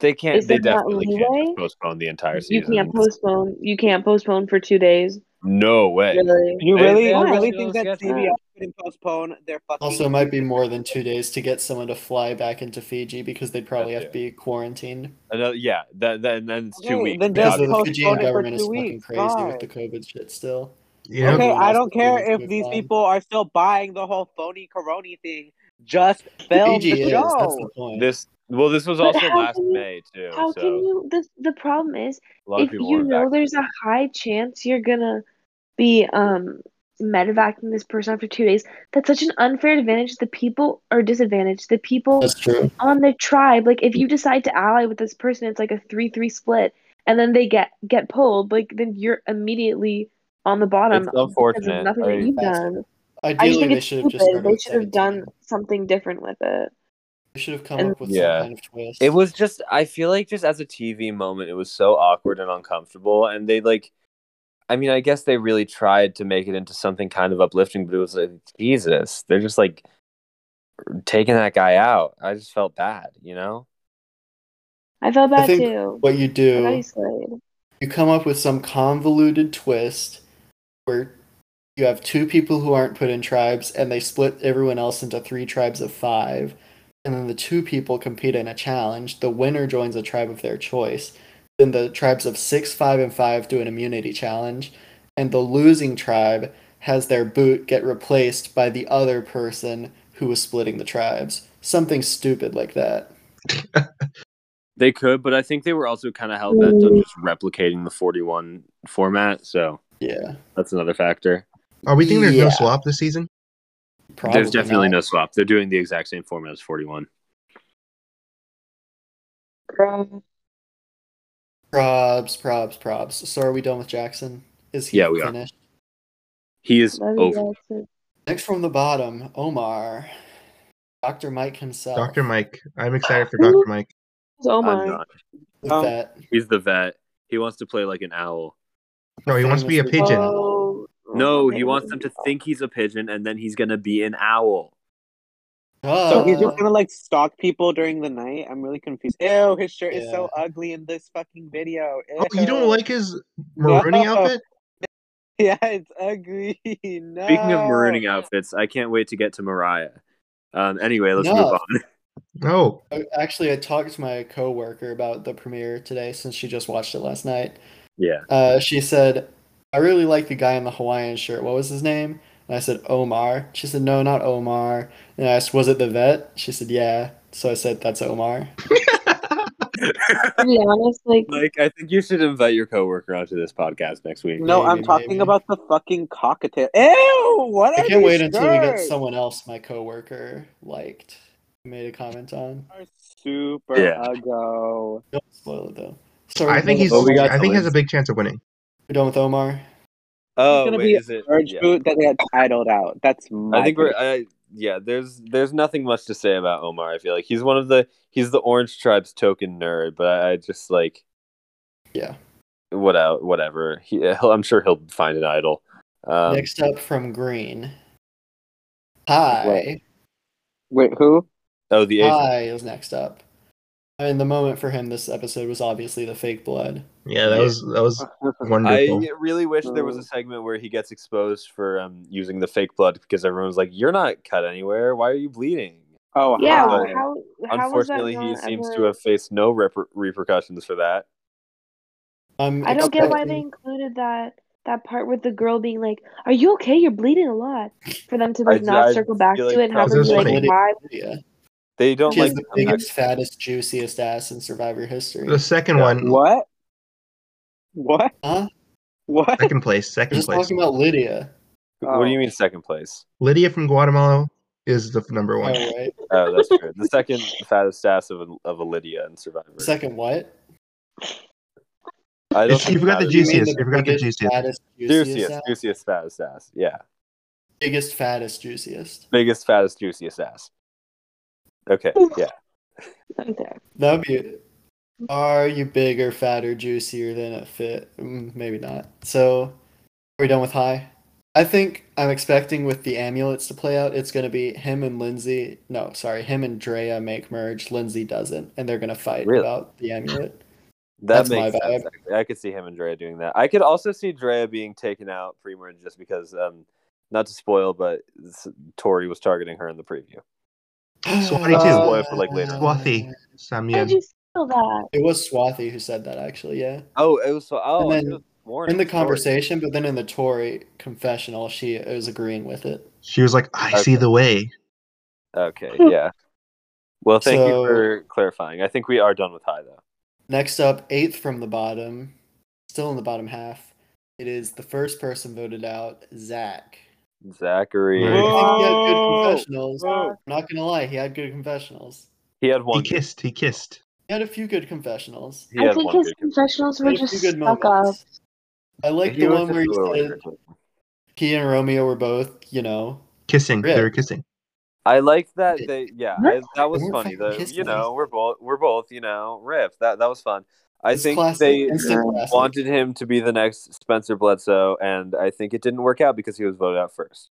S5: they can't.
S2: Is
S5: They
S2: there not
S5: definitely can't
S2: leeway?
S5: just postpone the entire
S2: you
S5: season.
S2: can't postpone you can't postpone for two days.
S5: No way.
S2: Really?
S6: You
S5: They-
S6: really,
S5: they
S6: you
S2: have
S6: really
S5: original
S6: think that
S5: schedule.
S6: CBS couldn't postpone their fucking?
S3: Also, it might be more than two days to get someone to fly back into Fiji because they'd probably
S5: That's
S3: have to be quarantined.
S5: Another, yeah, that then then it's two
S6: Okay,
S5: weeks.
S6: then
S5: They
S6: just
S3: Because the
S5: obviously
S6: postpone
S3: Fijian
S6: it for
S3: government is
S6: two
S3: fucking
S6: weeks.
S3: crazy
S6: God.
S3: with the COVID shit still.
S1: You know,
S6: Okay,
S3: Everyone
S6: I
S3: else
S6: don't
S3: is doing
S6: care
S3: it
S6: if
S3: with
S6: these
S3: them.
S6: people are still buying the whole phony corony thing. Just film
S3: Fiji
S6: the
S3: is. That's
S6: show.
S3: the point.
S5: this well, this was
S2: But
S5: also
S2: how
S5: last
S2: can you-
S5: May too.
S2: How
S5: so
S2: can you the the problem is
S5: a lot of
S2: if
S5: people
S2: you
S5: weren't
S2: know
S5: vaccinated.
S2: there's a high chance you're gonna be um medevacing this person after two days, that's such an unfair advantage to the people or disadvantage to the people
S3: That's true.
S2: on the tribe. Like if you decide to ally with this person, it's like a three three split and then they get get pulled, like then you're immediately on the bottom
S5: It's
S2: because of
S5: unfortunate.
S2: nothing that
S5: I-
S2: you've
S3: That's-
S2: done. I just
S3: Ideally,
S2: think
S3: they
S2: it's
S3: should have
S2: stupid.
S3: just started
S2: They
S3: with
S2: should have
S3: 17.
S2: done something different with it.
S3: They should have come
S2: and-
S3: up with
S5: Yeah.
S3: some kind of twist.
S5: It was just I feel like just as a TV moment it was so awkward and uncomfortable and they like I mean I guess they really tried to make it into something kind of uplifting but it was like Jesus they're just like taking that guy out. I just felt bad, you know?
S2: I felt
S3: I
S2: bad
S3: think
S2: too.
S3: what you
S2: I thought he
S3: do,
S2: slayed.
S3: you come up with some convoluted twist where you have two people who aren't put in tribes and they split everyone else into three tribes of five. And then the two people compete in a challenge. The winner joins a tribe of their choice. Then the tribes of six, five, and five do an immunity challenge. And the losing tribe has their boot get replaced by the other person who was splitting the tribes. Something stupid like that.
S5: They could, but I think they were also kind of hell bent on just replicating the 41 format, so
S3: Yeah.
S5: that's another factor.
S1: are we thinking there's no
S3: Yeah.
S1: swap this season?
S3: Probably
S5: There's definitely
S3: not.
S5: no swap. They're doing the exact same format as 41.
S2: Girl,
S3: Probs, probs, probs. So are we done with Jackson? Is he
S5: Yeah, we are.
S3: finished?
S5: He is
S2: love you,
S5: over.
S2: Jackson.
S3: Next from the bottom, Omar. Dr. Mike himself.
S1: Dr. Mike. I'm excited for Dr. Mike.
S2: It's
S6: Oh
S2: Omar.
S5: I'm not.
S3: The
S6: Um,
S3: vet.
S5: He's the vet. He wants to play like an owl.
S1: No, he wants to be a
S3: Famously-
S1: pigeon.
S2: Oh,
S5: No,
S2: oh,
S5: he
S2: man.
S5: wants them to think he's a pigeon and then he's going to be an owl.
S3: Duh.
S6: So he's just gonna like stalk people during the night. I'm really confused. Ew, his shirt is so ugly in this fucking video.
S1: Oh, you don't
S6: Ew.
S1: like his marooning
S6: No.
S1: outfit?
S6: Yeah, it's ugly. no.
S5: Speaking of marooning outfits, I can't wait to get to Mariah. Um, anyway, let's
S3: No.
S5: move on.
S1: No.
S3: Actually, I talked to my coworker about the premiere today since she just watched it last night.
S5: Yeah.
S3: Uh, she said, I really like the guy in the Hawaiian shirt. What was his name? And I said, Omar. She said, No, not Omar. And I asked, Was it the vet? She said, Yeah. So I said, That's Omar.
S2: To be honest, like
S5: Like, I think you should invite your coworker onto this podcast next week.
S6: No, I'm
S3: Maybe,
S6: talking
S3: maybe.
S6: about the fucking cockatiel. Ew! What are
S3: I can't
S6: these
S3: wait until we get
S6: shirts?
S3: someone else my coworker liked. Made a comment on.
S6: Are Super
S5: Yeah.
S6: ago.
S3: Don't spoil it though. So
S1: I think he's.
S5: Well, we got
S1: I think he has
S5: Owens.
S1: a big chance of winning.
S3: we're done with Omar.
S5: Oh,
S6: gonna
S5: wait,
S6: be
S5: is it?
S6: Urge
S5: yeah.
S6: boot that got idled out. That's my.
S5: I think we're
S6: prediction.
S5: I, yeah, there's there's nothing much to say about Omar. I feel like he's one of the he's the Orange Tribe's token nerd, but I, I just like
S3: Yeah.
S5: what out whatever. He, he'll, I'm sure he'll find an idol. Um,
S3: Next up from Green. Hi.
S6: Wait, who?
S5: oh, the Asian.
S3: Hi is next up. I mean, the moment for him this episode was obviously the fake blood.
S1: Yeah, that
S5: Yeah.
S1: was that was
S3: Ah,
S1: wonderful.
S5: I really wish there was a segment where he gets exposed for um, using the fake blood because everyone's like, "You're not cut anywhere. Why are you bleeding?"
S6: oh,
S2: yeah,
S5: Wow.
S2: well,
S6: hi.
S2: how how was that
S5: Unfortunately, he
S2: not
S5: seems to
S2: ever-
S5: have faced no reper- repercussions for that.
S3: I'm
S2: I don't get why they
S3: expecting-
S2: included that that part with the girl being like, "Are you okay? You're bleeding a lot." For them to like
S5: I-
S2: not
S5: I
S2: circle back
S5: feel
S2: to it
S5: like
S2: and have her
S1: probably-
S2: be like,
S1: This
S3: is
S2: "Why?"
S3: Yeah.
S5: They don't
S3: She
S5: like
S3: has the
S5: come back.
S3: biggest, fattest, juiciest ass in Survivor history.
S1: The second
S5: Hmm.
S1: one,
S6: What? What?
S3: Huh?
S6: What?
S1: second place,
S3: We're
S1: second
S3: just
S1: place.
S3: talking about Lydia.
S5: What
S2: Oh.
S5: do you mean second place?
S1: Lydia from Guatemala is the f- number
S3: Oh,
S1: one.
S3: right.
S5: Oh, that's true. The second fattest ass of a, of a Lydia in Survivor.
S3: Second what?
S5: I don't
S1: It's- you
S5: think
S1: forgot the
S5: fattest-
S3: You mean
S1: juiciest.
S3: the
S1: You forgot the
S3: biggest,
S1: juiciest.
S3: Fattest, juiciest,
S5: Juiciest,
S3: ass?
S5: juiciest, fattest ass. Yeah,
S3: Biggest, fattest, juiciest.
S5: biggest, fattest, juiciest ass. Okay, yeah.
S2: Okay.
S3: That would be. Are you bigger, fatter, juicier than a fit? Mm, maybe not. So, are we done with high? I think I'm expecting with the amulets to play out, it's going to be him and Lindsay. No, sorry, him and Drea make merge. Lindsay doesn't, and they're going to fight
S5: Really?
S3: about the amulet.
S5: That
S3: That's
S5: makes
S3: my
S5: sense.
S3: vibe.
S5: actually. I could see him and Drea doing that. I could also see Drea being taken out pre-merge just because, um, not to spoil, but s- Tori was targeting her in the preview.
S1: Swati too.
S5: Spoil for, like, later.
S1: Swathy,
S2: Why
S1: Samyan.
S2: did you feel that?
S3: It was Swathy who said that, actually, yeah.
S5: Oh, it was so. Oh,
S3: And
S5: I
S3: then
S5: could've sworn
S3: In
S5: it
S3: the
S5: was Tori.
S3: conversation, but then in the Tory confessional, she is agreeing with it.
S1: She was like, "I
S5: Okay.
S1: see the way."
S5: Okay, yeah. Well, thank you
S3: So-
S5: for clarifying. I think we are done with high though.
S3: Next up, eighth from the bottom, still in the bottom half. It is the first person voted out, Zach.
S5: Zachary,
S1: Right.
S3: I think he had good
S6: Whoa!
S3: confessionals.
S6: Whoa.
S3: I'm not gonna lie, he had good confessionals.
S5: he had
S1: He
S5: one. good-
S1: kissed. He kissed.
S3: He had a few good confessionals.
S5: He
S2: I
S5: had
S2: think
S5: one
S2: his
S5: good
S2: confessionals were
S3: He had a
S2: just
S3: few
S2: stuck up.
S3: I like
S5: He
S3: the
S5: was
S3: one
S5: just
S3: where
S5: a
S3: he
S5: little
S3: said
S5: irritating.
S3: he and Romeo were both, you know,
S1: Kissing. They
S3: Rip.
S1: were kissing.
S5: I liked that they yeah, I, that was
S3: They weren't
S5: funny.
S3: fucking
S5: The, you
S3: kissing.
S5: know, we're both we're both, you know, riff. That that was fun. I
S3: It's
S5: think
S3: classic,
S5: they
S3: instant classic.
S5: wanted him to be the next Spencer Bledsoe and I think it didn't work out because he was voted out first.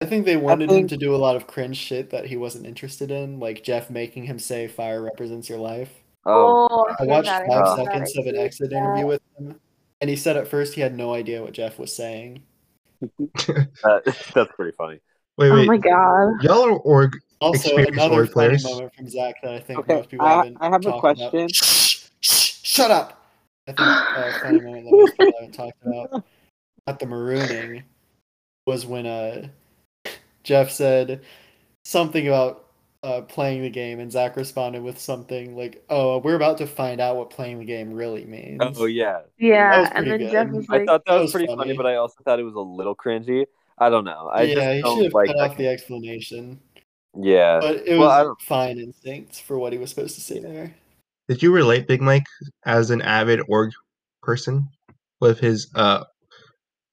S3: I think they wanted him
S6: think-
S3: to do a lot of cringe shit that he wasn't interested in, like Jeff making him say fire represents your life.
S5: Oh,
S2: I,
S3: I
S2: feel
S3: watched
S2: that. I
S3: five
S2: feel that.
S3: seconds of an exit interview with him, and he said at first he had no idea what Jeff was saying.
S5: that, that's pretty funny.
S1: Wait,
S2: Oh
S1: wait.
S2: my god.
S1: Y'all are org.
S3: Also,
S1: Experienced
S3: another
S1: word
S3: funny
S1: players.
S3: moment from Zach that I think
S6: Okay,
S3: most people
S6: I-
S3: haven't.
S6: I have a
S3: talked about-
S6: question.
S3: Shh, shh, shut up. I think uh, a funny moment that most people haven't talked about at the marooning was when uh, Jeff said something about uh, playing the game, and Zach responded with something like, "Oh, we're about to find out what playing the game really means."
S5: Oh yeah.
S3: That was
S2: Yeah, and
S3: pretty
S2: then
S3: good.
S2: Jeff was
S5: I
S2: like,
S5: thought that
S3: that
S5: was,
S3: was
S5: pretty
S3: funny.
S5: funny, but I also thought it was a little cringy. I don't know. I
S3: yeah,
S5: just
S3: he
S5: don't
S3: should have
S5: like
S3: cut
S5: that.
S3: off the explanation.
S5: Yeah.
S3: But it
S5: Well, I
S3: was
S5: don't-
S3: fine instincts for what he was supposed to say there.
S1: Did you relate, Big Mike, as an avid org person, with his uh,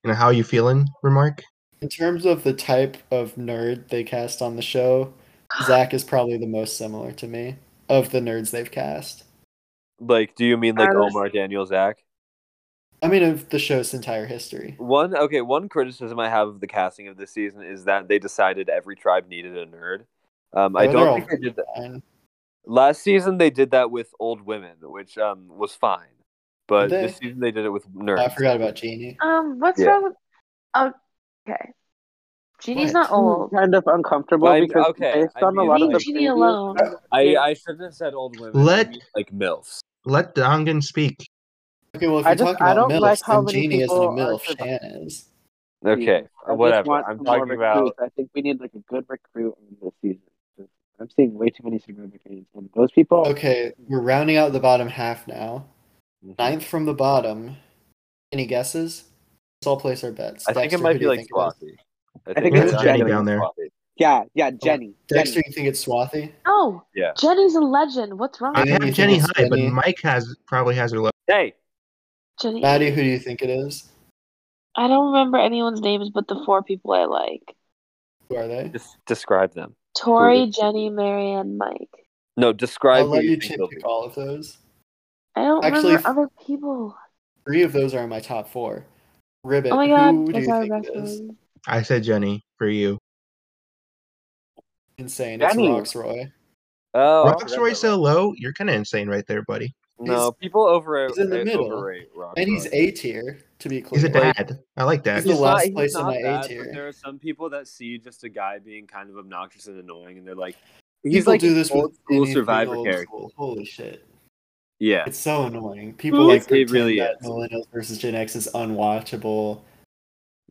S1: you know, how you feeling remark?
S3: In terms of the type of nerd they cast on the show, Zach is probably the most similar to me of the nerds they've cast.
S5: Like, do you mean like
S2: I was-
S5: Omar, Daniel, Zach?
S3: I mean, of the show's entire history.
S5: One okay, one criticism I have of the casting of this season is that they decided every tribe needed a nerd. Um, I
S3: Oh, they're
S5: don't
S3: all
S5: think they did that.
S3: fine.
S5: Last season they did that with old women, which um was fine. But
S3: Did they?
S5: this season they did it with
S3: I
S5: nerds.
S3: forgot about Jeannie.
S2: um, what's
S5: Yeah.
S2: wrong with. Oh, okay. Jeannie's not
S3: What?
S2: old.
S6: Kind of uncomfortable
S5: Well, I-
S6: because
S5: okay,
S6: based
S5: I
S6: on a
S5: mean,
S6: lot of
S2: Leave
S6: the
S5: like-
S2: Jeannie
S6: previews-
S2: alone.
S5: I, I shouldn't have said old women. I
S1: Let-
S5: mean, like MILFs.
S1: Let Dongan speak.
S3: Okay, well, if
S6: I
S3: you're
S6: just-
S3: talking
S6: I
S3: about
S6: don't
S3: MILFs,
S6: like how
S3: then
S6: many
S3: Jeannie isn't a
S6: people are
S3: MILF,
S6: survi-
S3: Shan is.
S5: Okay, uh,
S6: I just
S5: whatever.
S6: want
S5: I'm
S6: some more
S5: talking about.
S6: recruits. I think we need like a good recruit in this season. 'cause I'm seeing way too many Survivor fans, and those people.
S3: Okay, we're rounding out the bottom half now.
S5: Mhm.
S3: Ninth from the bottom. Any guesses? Let's all place our bets.
S5: I think
S3: Dexter,
S5: it
S3: who
S5: might
S3: do
S5: be
S3: you
S5: like
S3: think it is?
S5: Swathy.
S6: think
S1: it's
S5: I'm
S1: Jenny
S5: gonna
S1: down
S5: go
S1: there.
S5: Swathy.
S6: Yeah, yeah, Jenny. Jenny.
S3: Dexter, you think it's Swathy?
S2: Oh,
S5: Yeah.
S2: Jenny's a legend. What's wrong
S1: I
S2: with
S3: Maybe you
S1: have
S3: think
S1: Jenny
S3: it's
S1: high, but
S3: Jenny.
S1: Mike has probably has her low.
S5: Hey,
S2: Jenny?
S3: Maddie, who do you think it is?
S2: I don't remember anyone's names but the four people I like.
S3: Who are they?
S5: just describe them.
S2: Tori, Jenny, Marianne, Mike.
S5: No, describe.
S3: I'll
S5: who
S3: let
S5: you
S3: you
S5: think
S3: chip
S5: they'll be.
S3: pick all of those.
S2: I don't
S3: Actually,
S2: remember other people.
S3: Three of those are in my top four. Ribbit,
S2: Oh my
S3: who
S2: god,
S3: do
S2: that's
S3: you
S2: our
S3: think
S2: best
S3: it is?
S2: friend.
S1: I said Jenny for you.
S3: Insane.
S6: Jenny.
S3: It's Roxroy.
S5: Oh, I forgot
S1: Rock's Roy's
S5: about
S1: so low. You're kind of insane right there, buddy.
S5: Rock. No, people over
S3: he's in the
S5: uh,
S3: middle.
S5: overrate Rock.
S3: And he's
S5: Roy.
S3: A tier, to be clear.
S1: He's a
S5: Like-
S1: dad. I like that.
S3: He's the
S5: He's
S3: last
S5: not,
S3: place
S5: he's
S3: in
S5: not
S3: my A
S5: bad,
S3: tier.
S5: But there are some people that see just a guy being kind of obnoxious and annoying, and they're like, he's
S3: People
S5: like
S3: do
S5: an
S3: this
S5: old
S3: with
S5: school
S3: anything
S5: survivor
S3: old
S5: character.
S3: school. Holy shit.
S5: Yeah,
S3: It's so annoying. People
S5: It-
S3: like
S5: it
S3: pretend
S5: really
S3: that
S5: is. Mm-hmm.
S3: millennials versus Gen X is unwatchable.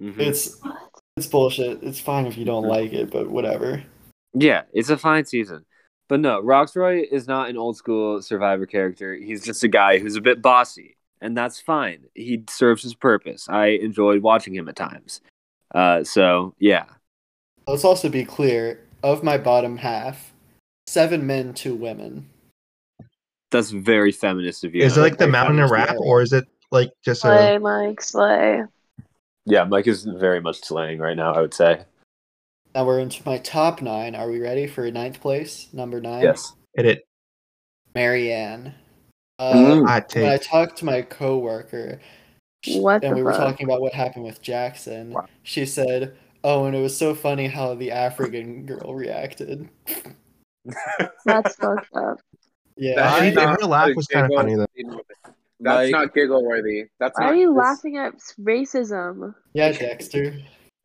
S5: Mhm.
S3: It's
S2: What?
S3: it's bullshit. It's fine if you don't
S5: Mm-hmm.
S3: like it, but whatever.
S5: yeah, it's a fine season. But no, Roxroy is not an old school survivor character. He's just a guy who's a bit bossy, and that's fine. He serves his purpose. I enjoyed watching him at times. Uh, so yeah,
S3: Let's also be clear, of my bottom half, seven men, two women.
S5: that's very feminist of you.
S1: Is it like the
S3: Like,
S1: mountain of
S3: Mike's
S1: rap,
S3: low.
S1: or is it like just a?
S2: Slay, Mike, slay.
S5: yeah, Mike is very much slaying right now. I would say
S3: Now we're into my top nine. Are we ready for ninth place? Number nine?
S5: yes.
S1: Hit it.
S3: Marianne. Uh,
S1: Hot
S5: Mm.
S3: When I
S1: Mm-hmm. take.
S3: talked to my coworker, sh-
S2: What
S3: and
S2: the
S3: we were
S2: fuck?
S3: talking about what happened with Jackson,
S5: Wow.
S3: she said, "Oh, and it was so funny how the African girl reacted."
S2: That's fucked up.
S3: Yeah,
S1: That-
S3: she-
S1: Actually, her laugh was kinda
S7: giggle
S1: funny, though.
S7: worthy. Mike-
S6: That's not giggle worthy. That's
S2: Why
S6: not.
S2: are you
S6: this-
S2: laughing at racism?
S3: yeah, Dexter.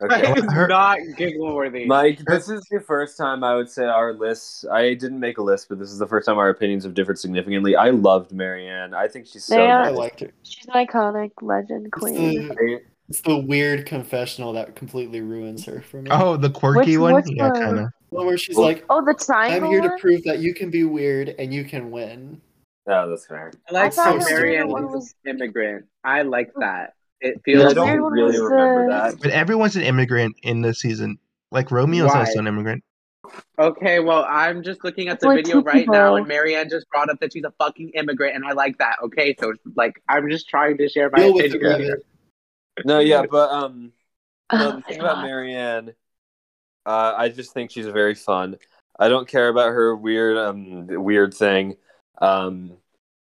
S5: Okay.
S6: It's
S1: Her-
S6: not giggle worthy.
S5: Mike, this is the first time I would say our lists. I didn't make a list, but this is the first time our opinions have differed significantly. I loved Marianne. I think she's so
S2: Marianne-
S3: I
S5: nice.
S3: liked her.
S2: She's an iconic legend
S3: It's
S2: queen.
S3: the
S5: Right?
S3: it's the weird confessional that completely ruins her for me.
S1: Oh, the quirky
S2: Which-
S1: one.
S2: which
S1: yeah,
S2: one?
S1: kind of.
S3: One where she's
S5: Well-
S3: like,
S2: Oh, the
S3: "I'm
S2: triangle
S3: here to
S2: one?
S3: prove that you can be weird and you can win."
S5: Oh, that's fair.
S6: I like
S2: I
S6: how
S2: thought
S3: her
S6: Marianne
S3: weird
S2: one
S6: is
S2: was- Oh.
S6: an immigrant. I like that. It
S5: Yeah,
S6: feels.
S5: I
S2: weird
S5: don't
S2: one was
S5: really
S2: uh,
S5: remember
S2: the-
S5: that.
S1: But everyone's an immigrant in this season. Like Romeo's
S6: Why?
S1: also an immigrant.
S6: Okay, well, I'm just looking at
S2: It's
S6: the
S2: like
S6: video
S2: two
S6: right now,
S2: people.
S6: and Marianne just brought up that she's a fucking immigrant, and I like that. Okay, so like, I'm just trying to share my
S3: Deal with
S6: opinion
S3: it,
S6: here.
S3: Ribbit.
S5: No, yeah, but um, no,
S2: Oh
S5: the
S2: my
S5: thing about
S2: God.
S5: Marianne, uh, I just think she's very fun. I don't care about her weird, um, weird thing. Um,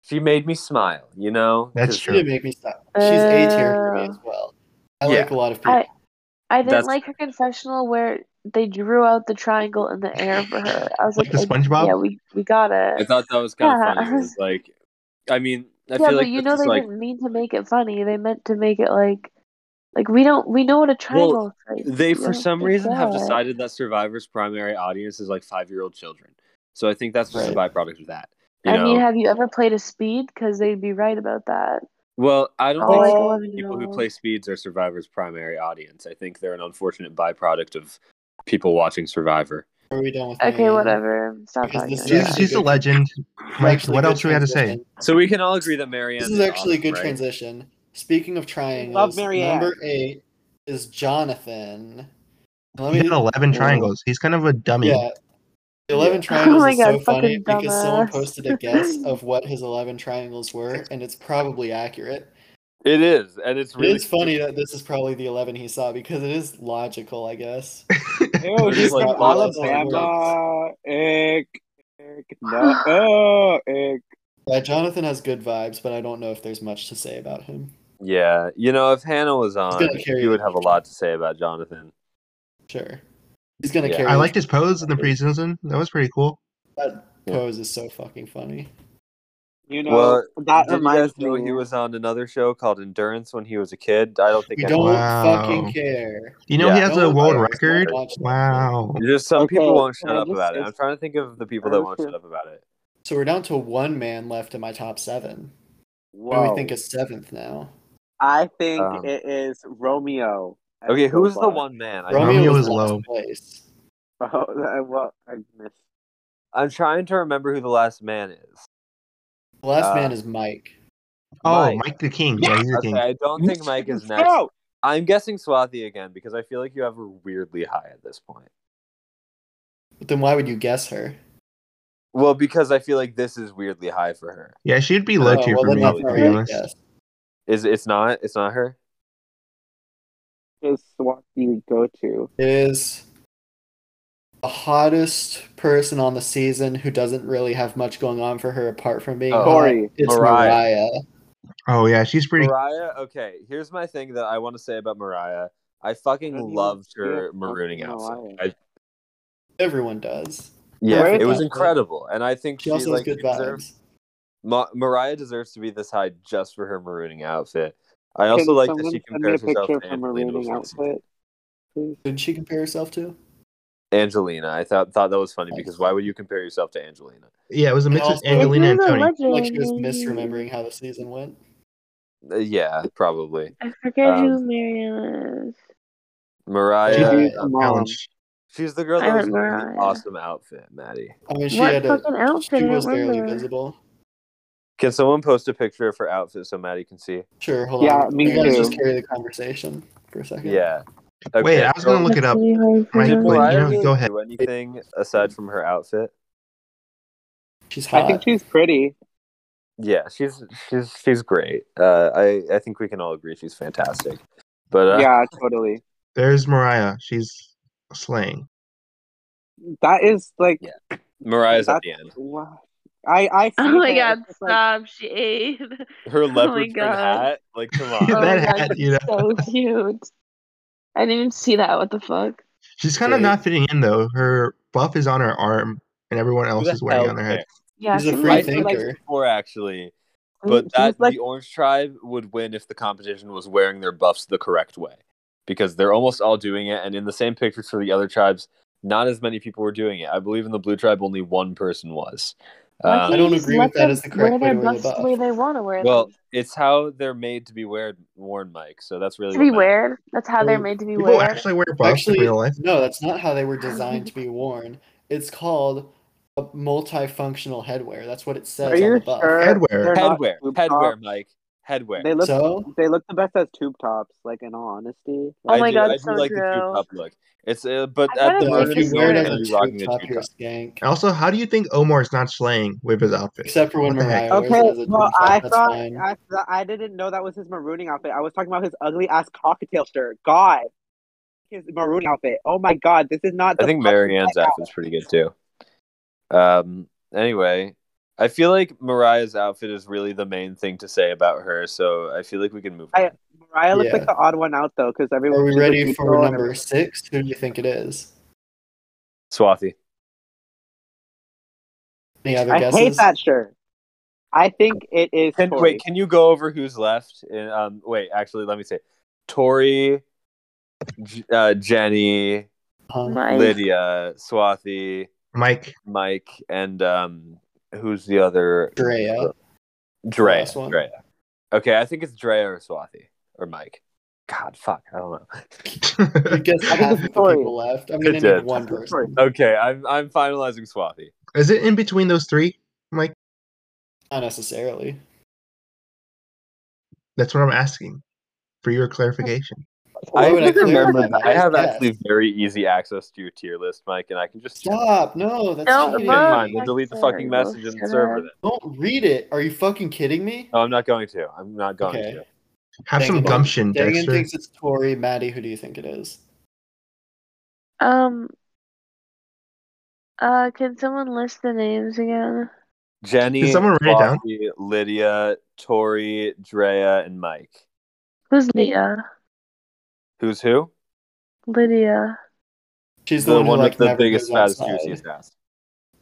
S5: she made me smile. You know,
S1: That's
S5: 'Cause
S1: true.
S3: She didn't make me stop. She's A tier for me
S2: Uh,
S3: as well. I
S5: Yeah.
S3: like a lot of people.
S2: I didn't
S5: That's-
S2: like her confessional where they drew out the triangle in the air for her. I was
S1: Like
S2: like,
S1: the SpongeBob.
S2: yeah, we, we got
S5: I
S2: it.
S5: thought that was kind of
S2: Yeah.
S5: funny. It was like, I mean, I
S2: yeah,
S5: feel
S2: but
S5: like
S2: you
S5: this
S2: know
S5: is
S2: they
S5: like
S2: didn't mean to make it funny. They meant to make it like, like we don't we know what a triangle is. Like,
S5: they
S2: we
S5: for
S2: don't
S5: some
S2: freak
S5: reason have
S2: out.
S5: decided that survivor's primary audience is like five year old children so i think that's just a byproduct of that you
S2: I
S5: know
S2: mean, have you ever played a speed? Because they'd be right about that.
S5: well i don't
S2: Or
S5: think
S2: like
S6: Oh.
S2: eleven year
S5: people who
S2: old.
S5: play speeds are survivor's primary audience i think they're an unfortunate byproduct of people watching survivor
S3: Are we done with
S2: Okay,
S3: Marianne?
S2: whatever. Stop
S3: Because
S2: talking
S3: this
S2: about
S3: is
S1: She's,
S2: that.
S3: actually
S1: she's a
S3: good-
S1: legend.
S3: This is
S1: Mike,
S3: actually a
S1: what
S3: good
S1: else do we have to say?
S3: transition.
S5: so we can all agree that marianne
S3: This is actually a good
S5: awesome, right?
S3: transition. Speaking of
S6: Love
S3: triangles,
S6: Marianne.
S3: number eight is Jonathan. Let
S1: He did
S3: me,
S1: 11 triangles. He's kind of a dummy.
S3: yeah, the eleven
S5: Yeah.
S2: Oh
S3: triangles
S2: my
S3: is so
S2: god,
S3: funny
S2: fucking
S3: because someone
S2: dumbass.
S3: posted a guess of what his eleven triangles were, and it's probably accurate.
S5: it is and it's really
S3: it's funny that this is probably the eleven he saw because it is logical, I guess.
S6: Ew,
S5: They're
S6: he's
S5: just like
S6: from
S5: logical
S6: Alabama. Ick. Ick. No. Oh, ick.
S3: Yeah, Jonathan has good vibes, but I don't know if there's much to say about him.
S5: yeah you know if hannah was on
S3: gonna carry
S5: she would
S3: the
S5: have a
S3: team.
S5: lot to say about jonathan
S3: Sure, he's gonna
S5: Yeah.
S3: carry.
S1: I
S3: the
S1: liked his pose in the preseason. That was pretty cool.
S3: That
S5: Yeah.
S3: pose is so fucking funny.
S6: You know,
S5: Well,
S6: that
S5: Did you guys
S6: reminds
S5: know
S6: me.
S5: he was on another show called Endurance when he was a kid? I don't think
S3: We
S5: anyone.
S3: don't
S1: Wow.
S3: fucking care.
S1: You know,
S5: Yeah.
S1: he has
S3: No
S1: a
S3: one
S1: world
S3: cares.
S1: record.
S3: No one watched that shit.
S1: Wow.
S5: Just some
S6: Okay,
S5: people won't
S6: can
S5: shut
S6: I
S5: up
S6: just
S5: about it.
S6: say-
S5: I'm trying to think of the people
S6: That
S5: that
S6: is
S5: won't
S6: true.
S5: shut up about it.
S3: So we're down to one man left in my top seven. I
S6: Whoa.
S3: would think it's seventh now.
S6: I think
S5: Um,
S6: it is Romeo. as
S5: Okay, who's the
S6: Silva.
S5: one man? I,
S1: Romeo
S3: Romeo
S1: is
S3: was last
S1: low.
S3: place.
S6: Oh, I- well, I missed.
S5: I'm trying to remember who the last man is.
S3: The last
S5: Uh,
S3: man is Mike.
S1: Oh,
S5: Mike.
S1: Mike the King. Yeah, he's the
S5: Okay,
S1: king.
S5: I don't think Mike is next.
S6: No!
S5: I'm guessing Swathi again because I feel like you have her weirdly high at this point.
S3: But then why would you guess her?
S5: Well, because I feel like this is weirdly high for her.
S1: Yeah, she'd be low
S3: Oh,
S1: tier
S3: well,
S1: for
S3: then
S1: me,
S3: that's
S1: to
S3: not
S1: be
S3: right,
S1: honest.
S3: yes.
S5: Is it's not? It's not her.
S6: Is Swati you go to?
S3: Is the hottest person on the season who doesn't really have much going on for her apart from being
S5: Oh.
S6: Tori.
S3: hot. It's
S5: Mariah.
S3: Mariah.
S1: Oh yeah, she's pretty.
S5: Mariah. Okay, here's my thing that I want to say about Mariah. I fucking
S6: I don't even
S5: loved
S6: see a
S5: her
S6: fucking
S5: marooning
S6: Mariah.
S5: outfit. I,
S3: Everyone does.
S5: yeah,
S6: Where
S5: it was
S3: the-
S5: incredible, and I think
S3: She
S5: she,
S3: also
S5: like
S3: has good
S5: deserves.
S3: vibes.
S5: Ma- Mariah deserves to be this high just for her marooning outfit. I
S6: Can
S5: also like that she
S6: someone send me a
S5: compares herself
S6: picture
S5: to
S6: of her
S5: Angelina.
S6: marooning
S5: before the season.
S6: outfit? Please.
S3: Did she compare herself to?
S5: Angelina. I thought thought that was funny
S3: Thanks.
S5: because why would you compare yourself to Angelina?
S1: Yeah, it was a mix with
S3: Also-
S1: Angelina and
S2: It's
S1: Tony.
S2: really
S3: Like she was
S2: legendary.
S3: misremembering how the season went.
S5: Uh, yeah, probably.
S2: I forget who
S5: Um,
S2: Marion is.
S1: She
S5: Mariah.
S1: did
S6: Judy's
S1: a
S6: mom.
S1: challenge.
S5: She's the girl that
S2: I
S5: was
S2: want
S5: wearing the
S2: Mariah.
S5: awesome outfit, Maddie.
S3: I mean, she
S2: What
S3: had a.
S2: fucking outfit?
S3: She
S2: I don't
S3: was barely
S2: remember.
S3: visible.
S5: Can someone post a picture of her outfit so Maddie can see?
S3: Sure, hold
S6: Yeah,
S3: on.
S6: me
S3: I gotta
S6: too.
S3: just carry the conversation for a second.
S5: Yeah. Okay,
S1: Wait, I was
S5: so
S1: gonna look it up.
S2: Pretty hard for
S1: Mike, but
S5: Did
S2: them.
S1: you
S5: Mariah
S1: know,
S5: really
S1: go ahead.
S5: do anything aside from her outfit?
S3: She's hot.
S6: I think she's pretty.
S5: Yeah, she's she's she's great. Uh, I I think we can all agree she's fantastic. But uh,
S6: Yeah, totally.
S1: There's Mariah. She's slaying.
S6: That is like
S5: Yeah. Mariah's at
S6: That's-
S5: the end.
S6: wow. I I see
S2: Oh my
S6: her,
S2: god,
S6: it's just like,
S2: stop, Shade.
S5: Her
S2: Oh my
S5: leopard print
S2: God.
S5: hat, like come on.
S2: Oh
S1: that
S2: my God,
S1: hat, you know,
S2: So cute. I didn't even see that. What the fuck?
S1: she's kind of
S3: Great.
S1: not fitting in though. Her buff is on her arm, and everyone else
S5: the
S1: is wearing it
S5: hell
S1: on their head.
S2: Yeah,
S3: She's a
S2: some
S3: free
S5: I
S2: reason,
S5: said
S2: like,
S5: this
S3: thinker.
S5: before actually,
S2: Mm-hmm.
S6: she-
S5: but
S6: she's
S5: that
S6: like
S5: the orange tribe would win if the competition was wearing their buffs the correct way, because they're almost all doing it. And in the same pictures for the other tribes, not as many people were doing it. I believe in the blue tribe, only one person was.
S2: why
S5: Um,
S2: can't
S3: Uh, I don't
S2: you just
S3: agree
S2: let
S3: with that
S2: them
S3: as the correct
S2: wear
S3: way to
S2: their
S3: wear the
S2: buffs the
S3: buff.
S2: way they want to wear
S5: well,
S2: them.
S5: it's how they're made to be weared, worn, Mike. So that's really
S2: To be
S5: what matters.
S2: weird. That's how they're
S3: Well,
S2: made to be
S1: People
S2: weird.
S1: actually wear buffs
S3: Actually,
S1: in real life.
S3: no, that's not how they were designed to be worn. It's called a multifunctional headwear. That's what it says
S6: Are
S3: on
S6: you
S3: the buff.
S6: sure
S1: Headwear.
S6: they're not
S5: Headwear,
S6: tube
S5: headwear,
S6: tops?
S5: Mike, headwear.
S6: They look
S3: So
S6: they look the best as tube tops. Like in all honesty,
S2: Oh
S5: I
S6: like
S2: my
S5: do,
S2: God,
S5: I do
S2: so
S5: like the tube
S2: true.
S5: top look. It's uh, but
S2: I
S5: at
S2: gotta
S5: the
S3: though,
S2: get
S3: if you
S5: marooning,
S2: this
S5: no
S3: wear it
S5: one's
S3: as
S2: shirt.
S3: a
S5: gonna be
S3: tube
S5: rocking a
S3: top,
S5: tube
S3: you're a
S5: top.
S3: skank.
S1: And also, how do you think Omar's not slaying with his outfit?
S3: Except for when
S1: What the heck?
S3: Mariah wears
S6: okay.
S3: it as a
S6: Well,
S3: tube
S6: I
S3: top, that's
S6: thought
S3: fine.
S6: I thought, I didn't know that was his marooning outfit. I was talking about his ugly ass cocktail shirt. God, his marooning outfit. Oh my God, this is not. The
S5: I think
S6: fucking
S5: Marianne's
S6: blackout.
S5: outfit's pretty good too. Um. Anyway, I feel like Mariah's outfit is really the main thing to say about her, so I feel like we can move on.
S6: I Mariah looks
S3: Yeah.
S6: like the odd one out though, because everyone.
S3: Are we
S6: she's a
S3: ready
S6: cute
S3: for
S6: girl and
S3: number
S6: everyone-
S3: six? Who do you think it is?
S5: Swathi.
S3: Any other
S6: I
S3: guesses?
S6: hate that shirt. I think it is
S5: Can
S6: Tori.
S5: wait? Can you go over who's left? And um, wait, actually, let me say, Tori, J- uh, Jenny,
S3: Huh?
S2: Mike.
S5: Lydia, Swathi,
S1: Mike,
S5: Mike, and um, who's the other?
S3: Drea.
S5: Drea.
S3: Last one.
S5: Drea. Okay, I think it's Drea or Swathi or Mike. God, fuck, I don't know.
S3: You guessed
S6: I think
S3: half
S6: it's
S3: of the
S6: Tori.
S3: people left. I'm
S5: It
S3: gonna
S5: did.
S3: need one person.
S5: Okay, I'm I'm finalizing Swathi.
S1: is it in between those three? Mike,
S3: Not necessarily.
S1: that's what I'm asking for your clarification.
S3: Why
S5: I
S3: would I
S5: can remember.
S3: clarify my
S5: I have
S3: guess?
S5: actually very easy access to your tier list, Mike, and I can just.
S3: Stop! No, that's
S2: Don't
S3: cheating.
S5: Okay,
S2: look.
S5: fine. We'll delete the fucking
S2: Well,
S5: message in the
S2: shut
S5: server
S2: up.
S5: then.
S3: Don't read it. Are you fucking kidding me?
S5: No, I'm not going to. I'm not going
S3: Okay.
S5: to.
S1: Have
S3: Dang
S1: some
S3: it.
S1: gumption,
S3: Dangan
S1: Dexter.
S3: thinks it's Tori. Maddie, who do you think it is?
S2: Um. Uh, can someone list the names again?
S5: Jenny,
S1: Did someone write it down?
S5: Swathi, Lydia, Tori, Drea, and Mike.
S2: Who's Leah?
S5: Who's who?
S2: Lydia.
S3: She's the, one, who like
S5: with the
S3: never
S5: biggest,
S3: goes
S5: fattest,
S3: outside.
S5: juiciest ass.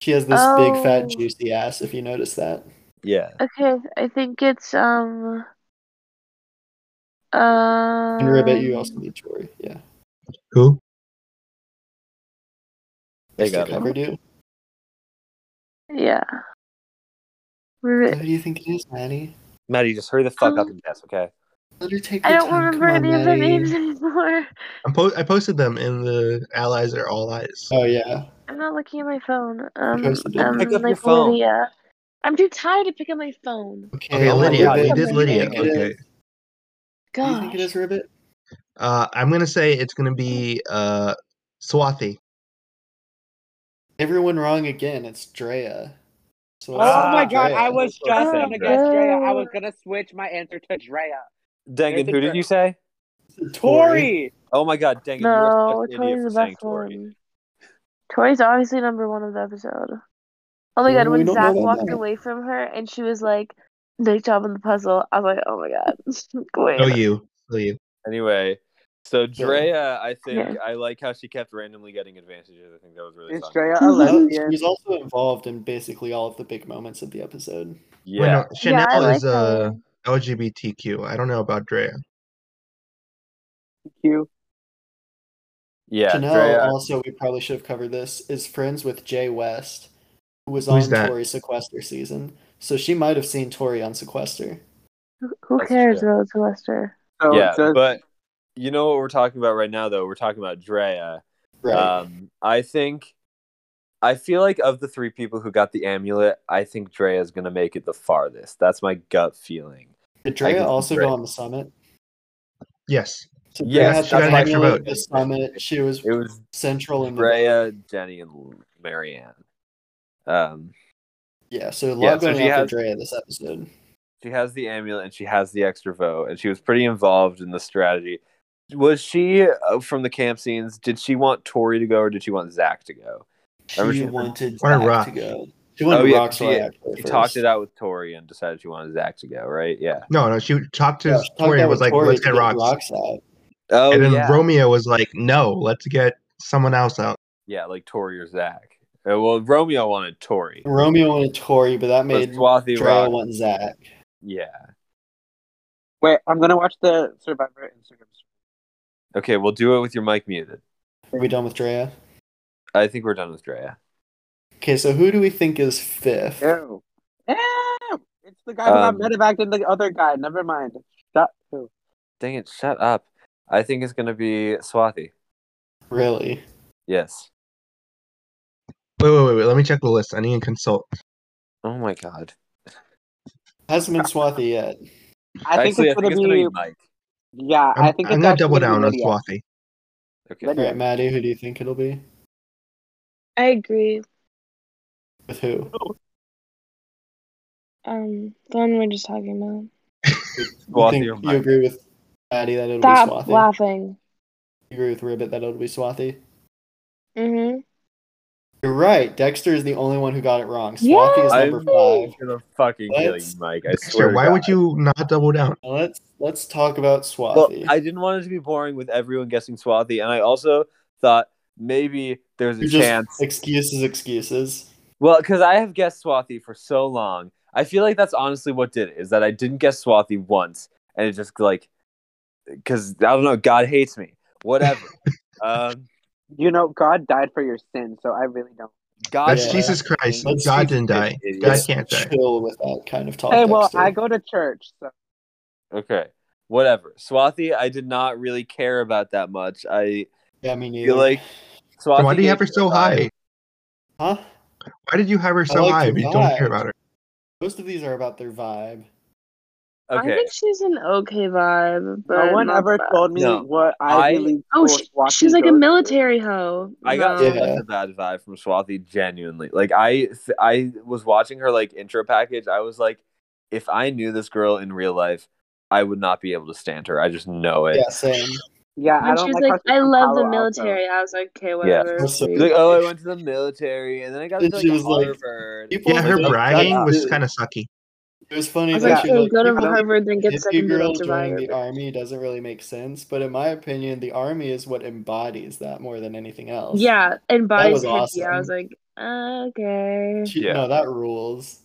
S3: She has this big, fat,
S2: Oh.
S3: juicy ass. If you notice that,
S5: Yeah.
S2: Okay, I think it's um.
S3: and Ribbit, you also
S2: Um.
S3: need Tori. Yeah,
S1: Who?
S5: They
S3: I still
S5: got it.
S3: covered you.
S2: Yeah.
S3: So
S2: Rivet.
S3: who do you think it is, Maddie?
S5: Maddie, just hurry the fuck
S2: Um,
S5: up and guess, okay?
S3: Let her take
S2: I
S3: her
S2: don't
S3: time.
S2: remember
S3: Come on,
S2: any of their
S3: Maddie.
S2: names anymore.
S1: I'm po- I posted them in the allies are all eyes.
S3: Oh yeah.
S2: I'm not looking at my phone. Um,
S3: Posted them.
S2: um
S5: Pick up your
S2: like
S5: phone.
S2: Lydia. I'm too tired to pick up my phone.
S3: Okay,
S1: Okay,
S5: oh my
S1: Lydia.
S5: God,
S1: We
S2: yeah,
S1: did
S2: Lydia.
S1: Lydia.
S3: What do you think it
S1: Okay.
S3: is? What do you think it
S2: Gosh.
S3: is, Ribbit?
S1: Uh, I'm gonna say it's gonna be uh, Swathi.
S3: Everyone wrong again. It's Drea. So
S6: Oh
S3: let's
S5: Ah,
S6: my
S3: do
S6: god,
S3: Drea.
S6: I was just
S2: Oh,
S6: gonna guess Drea. I was
S2: no.
S6: gonna switch my answer to Drea.
S5: Dang it,
S6: There's a
S5: who did
S6: Dre-
S5: you say?
S6: Tori!
S5: Oh my god, dang it, you are
S2: No,
S5: such an idiot
S2: Tori's
S5: for
S2: the
S5: saying
S2: best
S5: Tori.
S2: one. Tori's obviously number one of the episode. Oh my
S3: Well,
S2: god,
S3: we
S2: when
S3: don't know
S2: Zach
S3: about
S2: walked
S3: that.
S2: away from her and she was like, nice job on the puzzle, I was like, oh my god. Wait.
S1: Oh, you. Oh, you.
S5: Anyway, so
S3: So-
S5: Drea, I think
S2: Okay.
S5: I like how she kept randomly getting advantages. I think that was really
S6: Is
S5: fun.
S6: Drea a
S2: Mhm.
S3: Oh,
S6: lesbian?
S3: she was also involved in basically all of the big moments of the episode.
S5: Yeah.
S1: Wait, no, Chanel
S2: I like
S1: is uh,
S2: her.
S1: LGBTQ. I don't know about Drea.
S6: Q.
S5: Yeah.
S3: Chanel
S5: Drea.
S3: also, we probably should have covered this, is friends with Jay West, who was
S1: Who's
S3: on
S1: that?
S3: Tori Sequester season. So she might have seen Tori on Sequester.
S2: Who- Who
S5: That's
S2: cares
S5: true.
S2: about Sylvester?
S6: So
S5: yeah.
S6: does
S5: But you know what we're talking about right now, though? We're talking about Drea.
S3: Right.
S5: Um, I think, I feel like of the three people who got the amulet, I think Drea is going to make it the farthest. That's my gut feeling.
S3: Did
S5: I
S3: Drea
S5: can-
S3: also
S5: Drea.
S3: go on the summit?
S1: Yes.
S3: So Drea
S5: Yes,
S3: had
S1: she
S3: the
S1: got an extra
S3: amulet,
S1: vote.
S3: the summit. She was
S5: It was
S3: central in the
S5: Drea, Jenny, and Marianne. Um,
S3: Yeah, so a lot
S5: Yeah, so
S3: going
S5: she
S3: on
S5: has-
S3: for Drea this episode.
S5: she has the amulet and she has the extra vote, and she was pretty involved in the strategy. Was she uh, from the camp scenes? Did she want Tori to go or did she want Zach to go? Remember
S3: She
S5: she-
S1: Wanted
S3: wanted Zach
S1: Rock.
S3: to go. She wanted
S5: Oh, yeah,
S3: Rock
S5: she-
S3: Rockstar actually
S5: She
S3: first.
S5: talked it out with Tori and decided she wanted Zach to go, right? Yeah.
S1: No, no, she talked to
S3: Yeah, she talked
S1: Tori
S3: out
S1: and was
S3: with
S1: like,
S3: Tori
S1: let's
S3: to
S1: get
S3: get
S1: rocks.
S3: Rocks out.
S5: Oh,
S1: and then
S5: yeah.
S1: Romeo was like, no, let's get someone else out.
S5: yeah, like Tori or Zach. Uh, well, Romeo wanted Tori.
S3: Romeo wanted Tori, but that
S5: But
S3: made
S5: Swathi
S3: Drea
S5: Rock.
S3: want Zach.
S5: Yeah.
S6: wait, I'm gonna watch the Survivor Instagram stream.
S5: Okay, we'll do it with your mic muted.
S3: Are we done with Drea?
S5: I think we're done with Drea.
S3: Okay, so who do we think is fifth?
S6: Ew. Ew! It's the guy who
S5: Um,
S6: got medevac and the other guy. Never mind. Shut who?
S5: Dang it, shut up. I think it's going to be Swathi.
S3: Really?
S5: Yes.
S1: Wait, wait, wait, wait. Let me check the list. I need to consult.
S5: Oh my god.
S3: Hasn't been Swathi yet.
S6: I
S5: Actually,
S6: think it's gonna
S5: I think
S6: be
S5: it's gonna be Mike.
S6: Yeah,
S1: I'm,
S6: I think
S1: I'm
S6: it's
S1: gonna
S6: actually
S1: double
S6: gonna be
S1: down on
S6: Lydia.
S1: Swathi.
S5: Okay.
S6: Lydia.
S3: All right, Maddie, who do you think it'll be?
S2: I agree.
S3: With who?
S2: Um, the one we we're just talking about.
S3: You
S5: Swathi
S3: think
S5: or
S3: you
S5: Mike?
S3: agree with Maddie that it'll
S2: Stop
S3: be Swathi?
S2: laughing.
S3: You agree with Ribbit that it'll be Swathi?
S2: Mm-hmm.
S3: You're right. Dexter is the only one who got it wrong.
S2: Yeah.
S3: Swathi is
S5: I'm
S3: number five.
S5: gonna fucking kill you,
S3: Let's-
S5: Mike. I swear.
S1: Dexter, why would you not double down?
S3: Now Let's let's talk about Swathi.
S5: Well, I didn't want it to be boring with everyone guessing Swathi, and I also thought maybe there's a
S3: You're just
S5: chance.
S3: excuses, excuses.
S5: Well, because I have guessed Swathi for so long, I feel like that's honestly what did it. Is that I didn't guess Swathi once, and it just like, because I don't know, God hates me. Whatever. um,
S6: You know, God died for your sin, so I really don't.
S5: God.
S1: That's
S3: Yeah.
S1: Jesus Christ.
S3: Let's
S1: God
S3: keep-
S1: didn't die.
S5: Idiot.
S1: God
S3: Let's
S1: can't die.
S3: chill with that kind
S5: Oh,
S3: of talk.
S6: Hey, well,
S3: Dexter.
S6: I go to church, so
S5: Okay. Whatever. Swathi, I did not really care about that much. I
S3: yeah, me neither.
S5: feel like Swathi.
S1: Then why do you
S5: gave
S1: have her
S5: me a
S1: so
S5: vibe.
S1: high?
S3: huh?
S1: Why did you have her so
S3: like
S1: high
S3: her
S1: if you don't care
S3: vibe.
S1: about her?
S3: Most of these are about their vibe.
S5: Okay.
S2: I think she's an okay vibe, but
S6: no one
S2: not
S6: ever
S2: bad.
S6: told me
S5: No.
S6: what
S5: I-
S6: Ivy League
S2: Oh,
S6: school
S2: she,
S6: Swathi
S2: she's like a
S6: goes to.
S2: military hoe.
S5: I got
S2: No.
S3: Yeah.
S5: such a bad vibe from Swathi genuinely. Like I I was watching her like intro package. I was like, if I knew this girl in real life, I would not be able to stand her. I just know it.
S3: Yeah, same.
S6: Yeah, I
S2: When she
S6: don't
S2: was
S6: like,
S2: like,
S6: how she's
S2: I
S6: from
S2: love
S6: Palo
S2: the
S6: Alto.
S2: military, I was like, okay, whatever.
S3: That's so
S5: She's like,
S3: bad.
S5: oh, I went to the military, and then I got
S3: And
S5: into like
S3: she was like,
S5: Harvard.
S3: People
S1: Yeah,
S5: I was
S1: her
S3: like,
S1: bragging
S5: shut
S3: "Fuck
S5: up."
S1: was
S3: this."
S1: kind of sucky.
S3: It was
S2: I
S3: funny
S2: was
S3: because
S2: like,
S3: she
S6: Yeah.
S2: okay,
S3: was like,
S2: go to
S3: people
S6: I don't-
S2: Harvard, then get
S3: if
S2: stuck
S3: you
S2: in middle
S3: girl joining
S2: Survivor.
S3: the army doesn't really make sense, but in my opinion, the army is what embodies that more than anything else.
S2: Yeah, and
S3: That
S2: bodies
S3: was
S2: could be. I was
S3: awesome.
S2: like, okay.
S3: She,
S5: Yeah.
S3: No, that rules.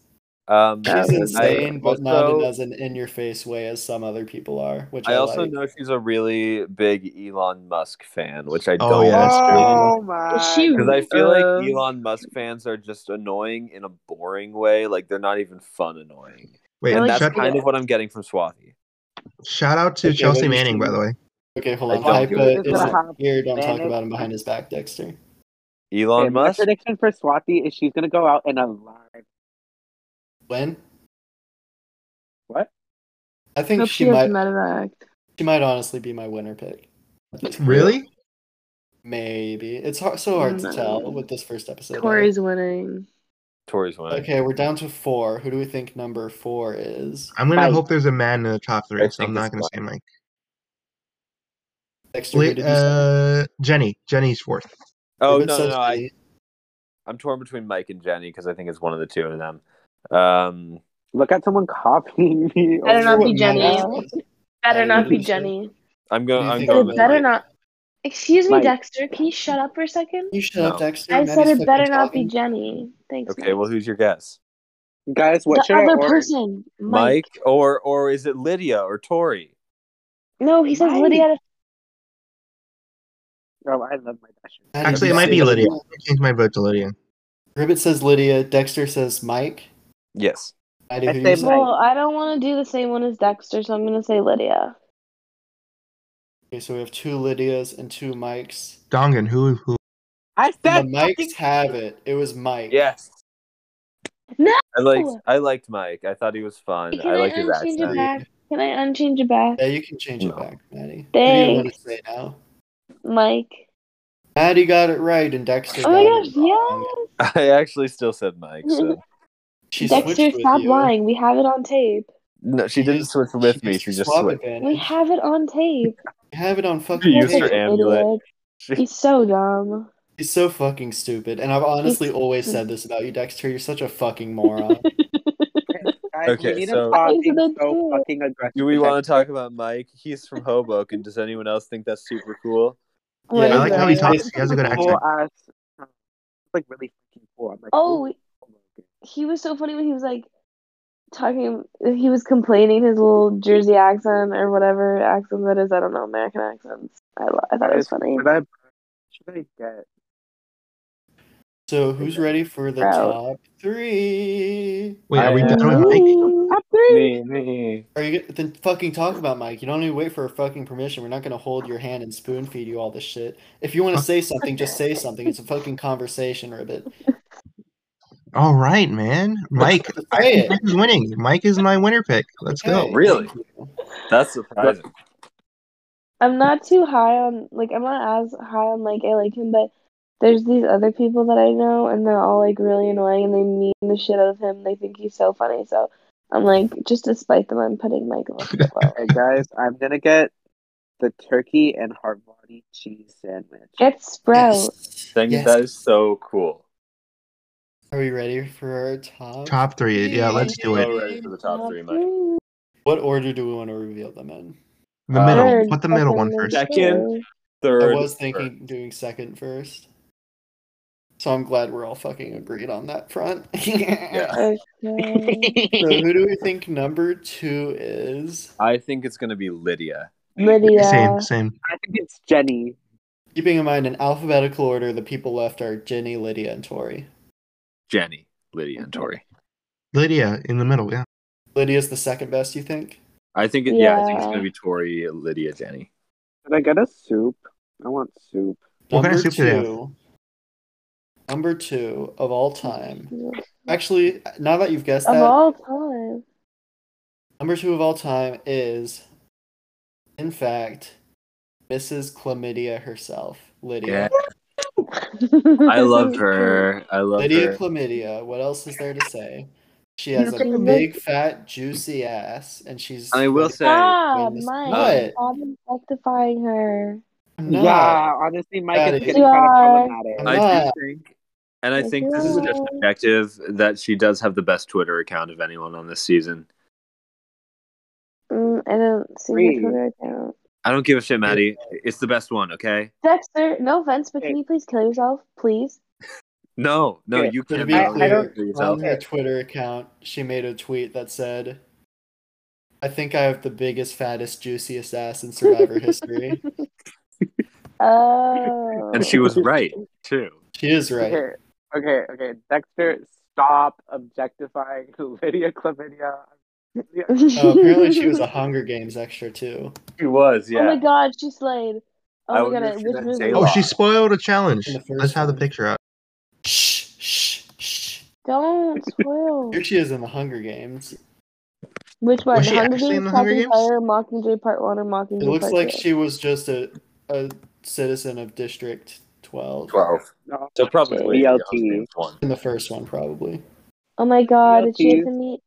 S5: Um,
S2: That
S3: She's
S2: was
S3: insane, but not in
S5: also-
S3: as an in your face way as some other people are, which I,
S5: I also
S3: like.
S5: know she's a really big Elon Musk fan, which I
S1: Oh,
S5: don't
S1: yeah, that's true.
S6: oh my.
S2: Is she-
S5: Because I feel like
S2: Uh,
S5: Elon Musk fans are just annoying in a boring way. Like they're not even fun annoying.
S1: Wait,
S2: Really?
S1: shout,
S2: Shut-
S5: That's kind of what I'm getting from Swathi.
S1: shout out to
S3: Okay,
S1: Chelsea
S3: wait,
S1: Manning,
S3: wait.
S1: by the way.
S3: Okay, hold
S5: I
S3: on.
S5: don't
S6: give
S3: Hypa
S6: a-
S3: is not
S6: Stop.
S3: here. Don't talk
S6: Panic.
S3: about him behind his back, Dexter.
S5: Elon
S6: Okay, my
S5: Musk.
S6: prediction for Swati is she's gonna go out and alive.
S3: When?
S6: What?
S3: I think
S2: Hope she
S3: she
S2: has
S3: might.
S2: medevac.
S3: She might honestly be my winner pick. at this point.
S1: Really?
S3: Maybe it's hard, so hard to
S2: No.
S3: tell with this first episode.
S2: Mm. Corey's winning.
S5: Tori's winning.
S3: Okay, we're down to four. Who do we think number four is?
S1: I'm gonna
S6: Mike.
S1: hope there's a man in the top
S5: I
S1: three, so
S5: think
S1: I'm not
S5: it's
S1: gonna
S5: Mike.
S1: say Mike.
S3: Dexter, who
S1: Wait,
S3: did you say?
S1: uh, Jenny. Jenny's fourth.
S5: Oh
S3: Ruben
S5: no, no,
S3: says
S5: no I,
S3: Jenny.
S5: I'm torn between Mike and Jenny because I think it's one of the two of them. Um,
S6: Look at someone copying me. Oh,
S2: I don't
S3: Sure
S2: know if
S3: what
S2: he Jenny.
S3: Mike said.
S2: Better
S3: I
S2: not be
S3: wouldn't say-
S2: Jenny.
S5: I'm
S3: Who do
S5: going.
S3: you
S5: I'm
S3: think
S5: going
S3: it
S2: It
S5: with
S3: is?
S2: better
S5: Mike.
S2: not. Excuse me,
S6: Mike.
S2: Dexter. Can you shut up for a second?
S3: You shut
S5: No.
S3: up, Dexter.
S2: I said it
S3: Maddie's fucking
S2: better not be
S3: talking.
S2: Jenny. Thanks.
S5: Okay,
S2: Mike.
S5: well, who's your guess?
S6: Guys, what
S2: the
S6: should I
S2: other
S6: order?
S2: person, Mike.
S5: Mike or or is it Lydia or Tori?
S2: No, he says
S6: Mike.
S2: Lydia.
S6: Oh, I love my Dasher.
S3: Maddie,
S1: Actually,
S3: you
S1: it might
S3: say
S1: be
S3: that-
S1: Lydia. I changed my vote to Lydia.
S3: Ribbit says Lydia. Dexter says Mike.
S5: Yes.
S3: Maddie,
S6: I
S3: who do
S6: say
S3: you say?
S6: Mike.
S2: Well, I don't want to do the same one as Dexter, so I'm gonna say Lydia.
S3: Okay, so we have two Lydias and two Mikes.
S1: Dongan, who who?
S6: I
S3: And
S6: said
S3: the Mikes
S6: fucking-
S3: have it. It was Mike.
S5: Yes.
S2: No.
S5: I liked I liked Mike. I thought he was fun.
S2: Can
S5: I
S2: I
S5: liked his
S2: unchange it
S5: accent.
S2: back? Can I unchange it back?
S3: Yeah, you can change it
S5: No.
S3: back, Maddie. Who do you want to
S2: Thanks,
S3: say now?
S2: Mike.
S3: Maddie got it right, and Dexter
S2: Oh
S3: got
S2: my gosh,
S3: it wrong.
S2: yes.
S5: I actually still said Mike. So
S3: She
S2: Dexter,
S3: switched with
S2: stop
S3: you.
S2: lying. We have it on tape.
S5: no, she didn't
S3: used-
S5: switch with
S3: she
S5: me.
S3: used
S5: She
S3: her
S5: just
S3: swap
S5: switched.
S3: advantage.
S2: We have it on tape.
S3: You have it on
S5: She
S3: fucking
S5: used
S2: Such
S5: her
S3: tape.
S2: an
S5: amulet.
S2: idiot.
S5: She,
S2: He's so dumb.
S3: He's so fucking stupid. And I've honestly always said this about you, Dexter. You're such a fucking moron.
S6: Guys,
S5: Okay,
S6: we need
S5: so-
S6: him talking
S2: Isn't it
S6: so
S2: true?
S6: fucking aggressive.
S5: do we want to talk about Mike? He's from Hoboken. Does anyone else think that's super cool?
S2: What
S3: Yeah,
S2: is
S1: I like how he
S2: that?
S1: talks. He has a good
S6: Cool
S1: accent.
S6: ass. Like really fucking cool. I'm like,
S2: Oh, he was so funny when he was like talking he was complaining his little jersey accent or whatever accent that is i don't know american accents i, lo- I thought it was funny
S6: Should I, should I get?
S3: So who's ready for the
S2: Bro.
S3: top three?
S1: Wait, are we
S5: I-
S1: done with Mike?
S2: Ooh.
S6: Top three.
S5: Me, me.
S3: Are you g- then fucking talk about Mike? You don't need to wait for fucking permission. We're not gonna hold your hand and spoon feed you all this shit. If you want to say something, just say something. It's a fucking conversation, Ribbit.
S1: All right, man. Mike.
S3: Just
S1: I
S3: say
S1: think
S3: it.
S1: Mike is winning. Mike is my winner pick. Let's
S3: Okay,
S1: go.
S5: Really?
S3: thank you.
S5: That's surprising.
S2: i'm not too high on like i'm not as high on like i like him but there's these other people that i know and they're all like really annoying and they mean the shit out of him they think he's so funny so i'm like just to spite them i'm putting mike a little bit lower
S6: Hey guys, I'm gonna get the turkey and Harvani cheese sandwich.
S2: get sprout
S3: Yes.
S5: Thank you.
S3: yes.
S5: That is so cool.
S3: Are we ready for our top?
S1: Top three. Yeah, let's do it.
S5: So ready for the top three, Mike.
S2: Three.
S3: What order do we want to reveal them in?
S1: The
S5: Uh,
S1: middle.
S2: Third,
S1: Put the middle one
S2: second, and
S1: first.
S5: Second.
S2: third.
S3: I
S5: Third.
S3: was thinking doing second first. So I'm glad we're all fucking agreed on that front.
S5: Yeah.
S2: Okay.
S3: So who do we think number two is?
S5: I think it's gonna be Lydia.
S1: Same,
S2: Lydia.
S1: same.
S6: I think it's Jenny.
S3: Keeping in mind in alphabetical order, the people left are Jenny, Lydia, and Tori.
S5: Jenny, Lydia, and Tori.
S1: Lydia in the middle. Yeah.
S3: Lydia's the second best, you think?
S5: I think it, yeah. I think it's
S2: Yeah.
S5: gonna be Tori, Lydia, Jenny.
S6: Can I get a soup? I want soup.
S1: What kind
S3: number
S1: of soup do they have?
S3: two. Number two of all time. Actually, now that you've guessed
S2: Of
S3: that,
S2: all time.
S3: number two of all time is, in fact, Mrs. Chlamydia herself, Lydia.
S5: I love her. I love
S3: Lydia
S5: her.
S3: Chlamydia. What else is there to say? She
S1: You
S3: has a
S1: think of
S3: big, fat, juicy ass, and she's.
S5: I will
S3: ready to
S5: say-
S2: Ah,
S3: win this-
S2: Mike.
S3: What?
S2: Stop objectifying her.
S3: I'm not.
S6: Yeah, honestly, Mike
S3: That
S6: is
S3: is-
S6: getting kind of
S3: I'm
S6: problematic.
S5: I do
S3: not.
S5: think, and I think this
S2: This
S5: is
S3: is-
S5: just objective that she does have the best Twitter account of anyone on this season.
S2: Mm, I don't see
S6: Three.
S2: her Twitter account.
S5: I don't give a shit, Maddie. It's the best one. Okay.
S2: Dexter, no offense, but
S6: Okay.
S2: can you please kill yourself? Please?
S5: No, no,
S6: Okay,
S5: you
S3: So to
S5: can't.
S3: be
S6: I- I
S5: not
S3: clear,
S6: don't-
S5: for yourself.
S3: on her Twitter account, she made a tweet that said, "I think I have the biggest, fattest, juiciest ass in Survivor history."
S2: Oh.
S5: And she was right too.
S3: She is right.
S6: Okay, okay, okay. Dexter, stop objectifying Lydia Chlamydia.
S3: Oh, apparently she was a Hunger Games extra too.
S5: She was,
S2: Oh
S5: yeah.
S2: my god, she slayed.
S5: I
S2: Oh my
S5: wonder
S2: god,
S5: if she
S2: which
S5: met
S2: movie?
S5: J-Lo.
S1: Oh, she spoiled a challenge.
S3: In the first
S1: Let's have the
S3: one.
S1: picture up.
S3: Shh, shh, shh.
S2: Don't spoil.
S3: Here she is in the Hunger Games.
S2: Which one?
S1: Was she
S2: The Hunger
S1: actually
S2: Games,
S1: in the Hunger
S2: Catching
S1: Games?
S2: Fire, Mockingjay Part One, or Mockingjay
S3: It looks
S2: Part
S3: like
S2: Two?
S3: she was just a a citizen of District 12.
S5: 12.
S6: No.
S5: So probably
S6: BLT.
S5: Hunger Games one.
S3: In the first one, probably.
S2: Oh my god, did she
S6: BLT.
S2: get to meet?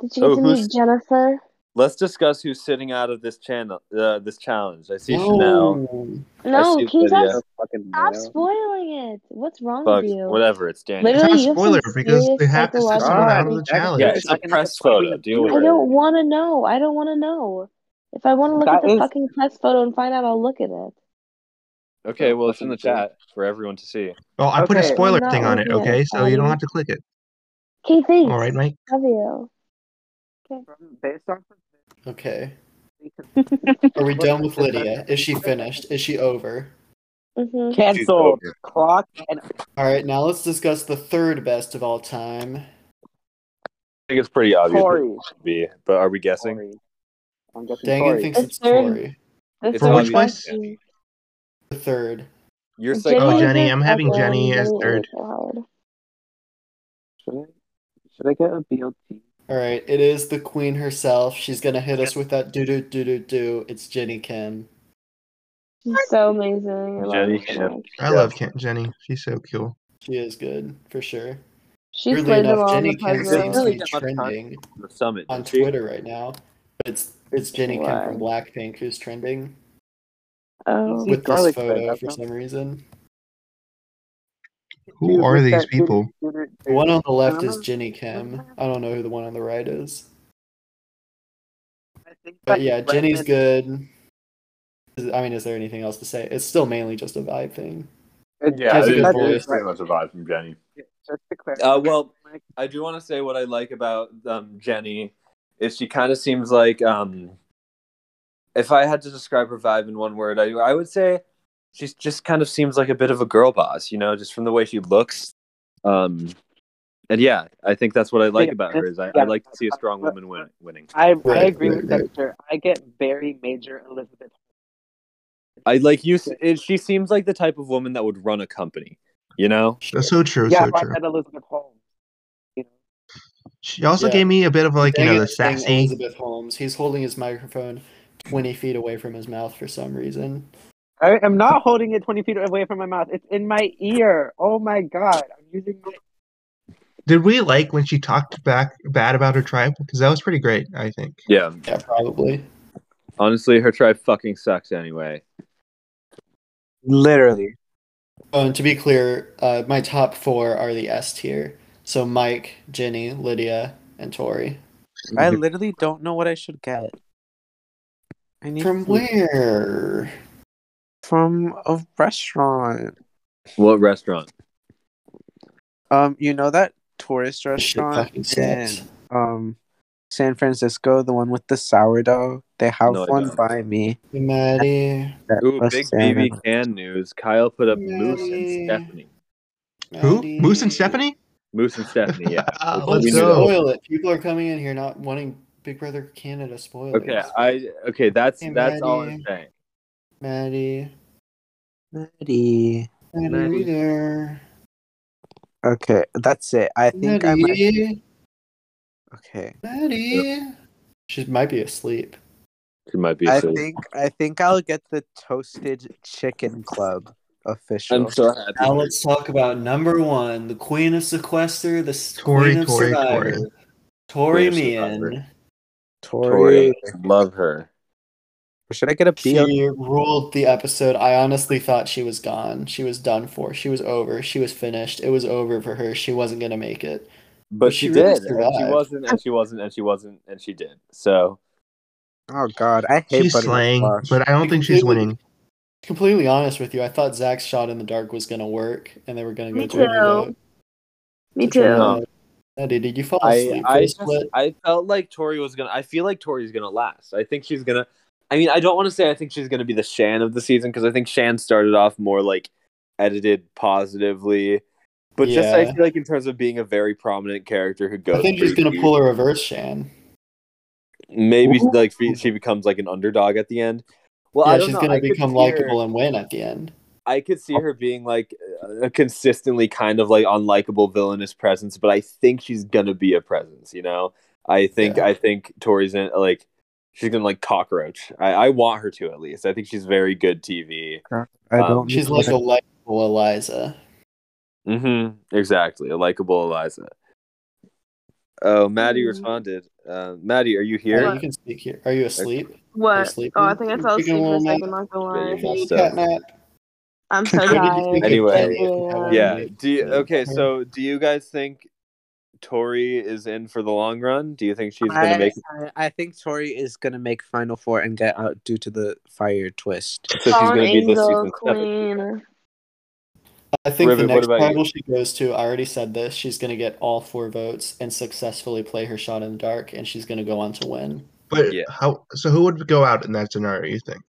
S2: Did she get
S5: Oh,
S2: to
S5: who's-
S2: meet Jennifer?
S5: Let's discuss who's sitting out of this channel, uh, this challenge. I see Chanel.
S3: No.
S2: No,
S5: see
S2: can you
S5: Lydia.
S2: guys
S6: So fucking
S2: stop
S6: male.
S2: spoiling it? What's wrong
S5: Fuck,
S2: with you?
S5: whatever. It's
S1: It's
S5: Daniel.
S1: not
S2: Literally,
S1: a
S2: you have some
S1: spoiler because
S2: serious
S1: they have to sit someone out of the
S2: psychological-
S6: Ah, That
S1: challenge.
S5: Yeah,
S6: is
S5: it's a
S6: fucking
S5: press
S6: fucking
S5: photo. Deal with
S2: I
S5: it.
S2: don't want to know. I don't want to know. If I want to look
S6: That
S2: at the
S6: is-
S2: fucking press photo and find out, I'll look at it.
S5: Okay, well, it's in
S6: fucking
S5: the
S6: cool.
S5: chat for everyone to see.
S1: Oh, I put a
S6: Okay.
S1: spoiler
S2: I'm not
S1: thing on it,
S2: looking at it,
S1: okay? So you don't
S2: Patty.
S1: have to click it.
S2: Okay, thanks.
S1: All right, Mike.
S2: Love you.
S6: From- Based off of
S3: Okay.
S6: this,
S3: Are we done with Lydia? Is she finished? Is she over?
S2: hmm
S6: Cancelled. Clock and
S3: All right, now let's discuss the third best of all time.
S5: I think it's pretty obvious what it
S6: Tory.
S5: should be, but are we guessing?
S6: Tory. I'm guessing
S3: Dang
S6: Tory.
S3: it thinks
S2: It's
S3: it's
S2: third.
S3: Tory.
S2: The
S5: It's
S2: third
S1: obvious.
S2: question.
S3: The third.
S5: You're saying
S2: Jenny
S1: Oh,
S2: was
S1: Jenny,
S2: in
S1: I'm having
S2: second.
S1: Jenny as
S2: Jenny ate
S1: third.
S2: so hard.
S6: Should I, should I get a BLT?
S3: All right, it is the queen herself. She's gonna hit us with that doo doo doo doo doo. It's Jenny Kim.
S2: She's so amazing. I love
S5: Jenny
S2: her so
S5: Kim.
S2: much.
S1: I love Ken- Jenny. She's so cool.
S3: She is good for sure.
S2: She
S3: Weirdly
S2: slayed them all
S3: enough,
S2: in
S3: Jenny
S2: the
S3: Kim seems
S2: puzzle.
S3: to
S5: Really
S3: be
S5: that much time.
S3: trending
S5: the summit.
S3: on
S5: didn't she?
S3: Twitter right now. But it's it's Jenny Kim from Blackpink who's trending
S2: Oh,
S6: Easy.
S3: with this
S6: Garlic bread,
S3: photo
S6: that's
S3: for
S6: not-
S3: some reason.
S1: Who
S6: Dude,
S1: are
S6: with
S1: these
S6: that doo-doo,
S1: people?
S6: doo-doo,
S3: The one on the left
S6: I'm
S3: is
S6: not-
S3: Jenny Kim. I don't know who the one on the right is.
S6: I think
S3: But
S6: that
S3: yeah,
S6: lemon-
S3: Jenny's good. Is- I mean, is there anything else to say? It's still mainly just a vibe thing.
S6: It-
S5: Yeah,
S3: Has
S5: I
S3: a
S5: did-
S3: good
S5: that's
S3: voice.
S5: pretty much a vibe from Jenny.
S6: Just to clarify,
S5: Uh, well, I do want to say what I like about um, Jenny is she kind of seems like um, if I had to describe her vibe in one word, I I would say she just kind of seems like a bit of a girl boss, you know, just from the way she looks. Um, and yeah, I think that's what I like
S6: Yeah,
S5: about her is I,
S6: yeah.
S5: I like to see a strong woman win, winning.
S6: I, I
S3: Right,
S6: agree
S3: right,
S6: with
S3: right.
S6: Dexter. I get very major Elizabeth.
S5: I like you. s- It, she seems like the type of woman that would run a company, you know.
S1: That's so true,
S6: yeah,
S1: so
S6: if I
S1: true.
S6: met Elizabeth Holmes, you know,
S1: She also
S3: Yeah.
S1: gave me a bit of like, you
S3: Dang
S1: know,
S3: it,
S1: the
S3: it's saying
S1: sassy.
S3: Elizabeth Holmes. He's holding his microphone 20 feet away from his mouth for some reason.
S6: I am not holding it 20 feet away from my mouth. It's in my ear. Oh my god. I'm using my.
S1: Did we like when she talked back bad about her tribe? Because that was pretty great, I think.
S5: Yeah,
S3: Yeah, probably.
S5: honestly, her tribe fucking sucks anyway.
S6: Literally.
S3: Oh, and to be clear, uh, my top four are the S tier. So Mike, Jenny, Lydia, and Tori.
S8: I
S5: Mm-hmm.
S8: literally don't know what I should get. I need
S3: From
S8: food
S3: where?
S8: from a restaurant.
S5: What restaurant?
S8: Um, you know that tourist
S3: Shit
S8: restaurant
S3: fucking
S8: in
S3: sucks.
S8: um San Francisco, the one with the sourdough? They have
S5: No, I
S8: one
S5: don't.
S8: by me.
S3: Maddie.
S8: That
S5: Ooh,
S8: was
S5: big
S8: San-
S5: BB can news. Kyle put up Moose
S3: Maddie.
S5: and Stephanie.
S1: Who?
S3: Maddie.
S1: Moose and Stephanie?
S5: Moose and Stephanie. Yeah.
S1: Ah,
S5: We
S1: let's
S5: knew
S3: Let's
S5: that.
S1: go.
S3: spoil it. People are coming in here not wanting Big Brother Canada spoilers.
S5: Okay, I okay. That's
S3: Hey,
S5: that's all I'm
S3: Maddie.
S5: saying.
S3: Maddie.
S8: Maddie.
S3: Maddie
S5: Maddie.
S3: Reader.
S8: Okay, that's it. I think I might.
S3: Maddie.
S8: Okay,
S3: Maddie. She might be asleep.
S5: She might be
S8: I
S5: asleep.
S8: think I think I'll get the toasted chicken club official.
S5: I'm so happy.
S3: Now
S5: for
S3: let's talk about number one, the Queen of Sequester, the s-
S1: Tori,
S3: Queen of
S1: Tori,
S3: Survivor,
S1: Tori.
S3: Tori
S5: Queen of Survivor.
S3: Meehan.
S8: Tori,
S5: Tori. Love her.
S8: should I get a BL?
S3: She ruled the episode. I honestly thought she was gone. She was done for. She was over. She was finished. It was over for her. She wasn't gonna make it.
S5: But she,
S3: she really
S5: did. and she
S3: survived.
S5: wasn't and she wasn't and she wasn't and she did. So
S8: Oh God, I hate
S1: She's
S8: butternut
S1: slaying,
S8: squash.
S1: but I don't think she's
S3: Completely-
S1: winning.
S3: To be completely honest with you, I thought Zach's shot in the dark was gonna work, and they were gonna go
S2: Me
S3: to a revote.
S2: too. Me
S3: to try
S2: too.
S3: to-
S1: oh,
S5: No.
S3: Maddie, oh, did you fall
S5: I
S3: asleep for
S5: I
S3: the
S5: just
S3: split?
S5: I felt like Tori was gonna I feel like Tori's gonna last. I think she's gonna I mean I don't want to say I think she's gonna be the Shan of the season because I think Shan started off more like edited positively. But just I
S3: Yeah.
S5: feel like in terms of being a very prominent character who goes
S3: I think she's
S5: pretty
S3: gonna
S5: deep.
S3: pull a reverse Shan.
S5: maybe like she she becomes like an underdog at the end. Well, I
S3: yeah,
S5: don't
S3: she's
S5: know.
S3: gonna
S5: I could
S3: become
S5: see her-
S3: likable and win at the end.
S5: I could see her being like a consistently kind of like unlikable villainous presence, but I think she's gonna be a presence. You know, I think
S3: Yeah.
S5: I think Tori's in like she's gonna like cockroach. I, I want her to at least. I think she's very good TV.
S8: I
S5: Um,
S8: don't. need
S3: She's
S8: to
S3: like
S8: look
S3: a likable Eliza.
S5: Mm-hmm. Exactly, a likable Eliza. Oh, Maddie
S9: Mm.
S5: responded. Uh, Maddie, are you
S3: Here,
S5: here?
S3: you can speak here. Are you asleep?
S9: What?
S3: You're
S9: Oh, I think I
S3: sleeping?
S9: fell asleep
S3: Taking a
S9: for a
S3: little nap?
S9: second. Not gonna
S5: Taking
S9: lie.
S5: a
S3: Little
S5: So-
S3: cat nap.
S9: I'm so
S3: What did you think
S9: tired.
S3: of
S5: Anyway,
S3: Elliot?
S5: Yeah.
S3: Um,
S5: Do you,
S3: yeah.
S5: okay. So, do you guys think Tori is in for the long run? Do you think she's gonna make?
S8: I, I think Tori is gonna make Final Four and get out due to the fire twist.
S5: So she's
S2: Fallen
S5: gonna be the
S2: angel
S5: season seven.
S2: queen.
S3: I think the
S5: Rivet, what
S3: next
S5: about you?
S3: rival she goes to, I already said this, she's going to get all four votes and successfully play her shot in the dark, and she's going to go on to win.
S1: But
S5: Yeah.
S1: how? So who would go out in that scenario? You think?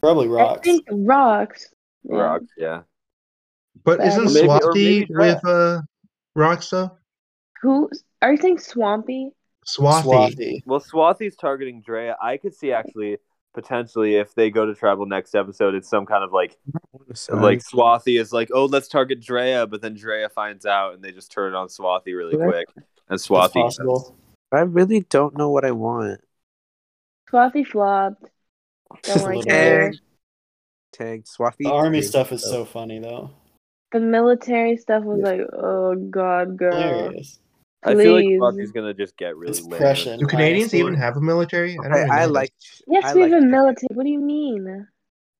S3: Probably
S2: I
S3: rocks.
S2: think rocks. Yeah.
S5: Rock, yeah.
S1: But
S2: Well,
S1: isn't
S2: Or
S5: maybe- or
S1: Swati
S5: maybe
S1: with uh, Roxa?
S2: Who are you saying? Swampy.
S1: Swathi.
S3: Swathy.
S5: Well, Swathy's targeting Drea. I could see actually potentially if they go to travel next episode, it's some kind of like like Swathy is like, oh, let's target Drea, but then Drea finds out and they just turn it on Swathy really
S8: Yeah.
S5: quick, and
S3: It's
S5: Swathy.
S3: possible.
S8: I really don't know what I want.
S2: Swampy flopped. Don't
S3: Just a
S2: like
S3: little
S2: her.
S8: bit. Tag Swathi.
S3: The army
S8: tagged,
S3: stuff is
S8: so-
S3: so funny, though.
S2: The military stuff was
S8: Yeah.
S2: like, oh god, girl.
S3: Hilarious.
S5: I feel like
S2: Please.
S5: Swathy's gonna just get really
S3: it's
S5: lit.
S3: Prussian.
S1: Do Canadians
S3: honestly.
S1: even have a military?
S8: Okay, I,
S1: really know
S8: like. I
S2: Yes, we have
S8: like
S2: a
S8: chicken.
S2: military. What do you mean?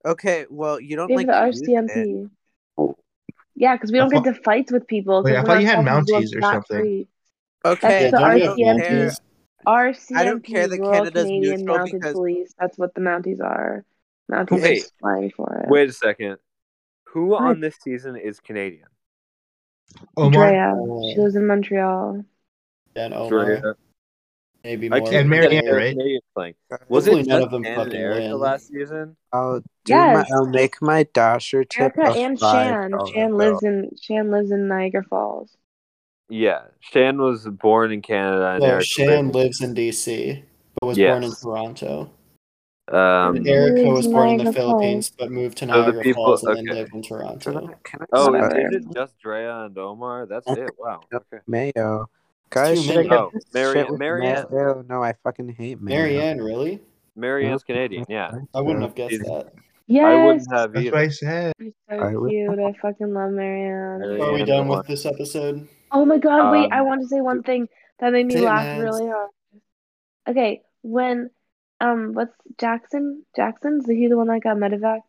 S8: Okay, well you don't
S2: We
S8: like
S2: have
S8: use
S2: the
S8: it.
S2: RCMP. Yeah, because we
S1: Oh. I
S2: don't get
S1: thought-
S2: to fights with people.
S1: Wait,
S2: 'cause
S1: I
S2: we're
S1: thought
S2: not
S1: you had
S2: South East,
S1: Mounties or
S2: not
S1: something.
S2: free.
S8: Okay,
S3: Yeah,
S2: That's the
S3: don't
S8: I
S3: we
S8: don't
S3: have
S2: RCMP.
S8: care.
S3: Mounties?
S2: RCMP,
S8: I don't care that
S2: Royal
S8: Canada's
S2: Canadian
S8: neutral
S2: Mounted
S8: because-
S2: Police. That's what the Mounties are. Mounties are
S5: Wait.
S2: just flying for it.
S5: Wait a second. Who
S2: What?
S5: on this season is Canadian?
S1: Omar
S2: Drea.
S3: Oh.
S2: She lives in Montreal.
S3: Yeah, and
S5: Drea.
S3: Omar. Maybe
S5: I
S3: more.
S5: can't
S1: And
S5: remember
S1: Marianne,
S5: who
S1: right?
S5: Canadian playing. Was
S3: Hopefully
S5: it
S3: none
S5: just
S3: of them
S5: Anne and
S3: fucking
S5: Erica
S3: win.
S5: last season?
S8: I'll do
S2: Yes.
S8: my. I'll make my dasher tip.
S2: Erica
S8: a
S2: and
S8: five
S2: Shan.
S8: dollar
S2: Shan
S8: bill.
S2: lives in Shan lives in Niagara Falls.
S5: Yeah, Shan was born in Canada, and
S3: No,
S5: Erica
S3: Shan
S5: lived-
S3: lives in D.C., but was born in
S5: Yes.
S3: Toronto.
S5: Um,
S3: And Erica
S2: Lives
S3: was
S2: in
S3: born in the
S2: Niagara Falls.
S3: Philippines, but moved to
S5: So the
S3: Niagara
S5: people-
S3: Falls and then
S5: okay.
S3: lived in
S8: Can
S3: Toronto.
S8: I, can I
S5: oh, is,
S8: start?
S2: Whatever.
S5: is it just Drea and Omar? That's
S8: Okay.
S5: it. Wow. Okay.
S8: Mayo.
S3: It's
S8: Guys,
S3: too
S8: should
S3: many.
S8: I get
S5: Oh,
S8: this shit
S5: Marianne.
S8: with
S5: Marianne.
S8: mayo? No, I fucking hate mayo.
S3: Marianne, really?
S5: Marianne's Canadian. Yeah,
S3: I wouldn't have guessed
S5: She's-
S3: that.
S5: I
S2: Yes.
S5: wouldn't have
S1: That's what
S5: either.
S1: I said.
S2: She's
S8: I
S2: so
S8: would-
S2: cute. I fucking love Marianne.
S3: Are we
S5: Marianne
S3: done
S5: won.
S3: with this episode?
S2: Oh my god, wait, I
S5: Um,
S2: want to say one thing that made me
S3: Say it,
S2: laugh
S3: Mads.
S2: really hard. Okay, when um what's Jackson? Jackson's he the one that got medevac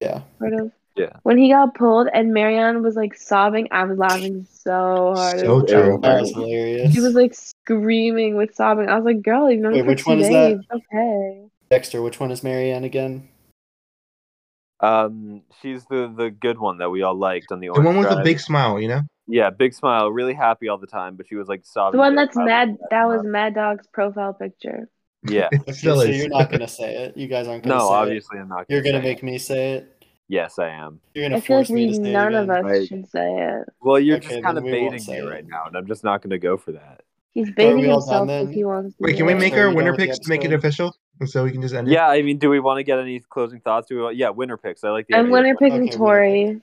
S3: Yeah.
S2: sort of?
S5: Yeah.
S2: When he got pulled and Marianne was like sobbing, I was laughing so hard. It
S1: So
S2: was
S5: It was
S1: true.
S3: That was
S2: funny.
S3: hilarious.
S2: She was like screaming with sobbing. I was like, girl, you've known
S3: Wait,
S2: him for
S3: which
S2: two
S3: one is that?
S2: days. Okay.
S3: Dexter, which one is Marianne again?
S5: um, she's the the good one that we all liked on the
S1: The
S5: orange.
S1: one with the
S5: Tribe.
S1: big smile, you know?
S5: Yeah, big smile, really happy all the time, but she was like
S2: The
S5: sobbing.
S2: one
S5: really
S2: that's
S5: loudly.
S2: mad that was Mad Dog's profile picture.
S5: Yeah.
S1: It
S3: Okay,
S1: still
S3: so
S1: is.
S3: you're not gonna say it. You guys aren't gonna
S5: No,
S3: say
S5: obviously I'm not.
S3: it. You're gonna
S5: say
S3: make
S5: it.
S3: me say it.
S5: Yes, I am.
S3: You're gonna
S2: I feel like
S3: force me
S2: we
S3: to say
S2: none
S3: it
S2: of
S3: again.
S2: us
S5: Right.
S2: should say it.
S5: Well, you're
S3: Okay,
S5: just kind of
S3: then we won't
S5: baiting
S3: say
S5: me
S3: it.
S5: right now, and I'm just not going to go for that.
S2: He's
S3: So are
S2: baiting
S3: we all
S2: himself if
S3: done then?
S2: he wants to
S1: Wait,
S2: do
S1: can we
S2: it.
S1: make
S3: Dexter, are
S1: our
S3: you done
S1: winner
S3: with the
S1: picks to make it
S3: episode?
S1: official? And so we can just end it?
S5: Yeah, I mean, do we want to get any closing thoughts? Do we want, yeah, winner picks. I like the
S2: I'm
S5: idea.
S2: winner
S5: of winner.
S2: picking
S3: Okay, winner pick.
S2: Tori.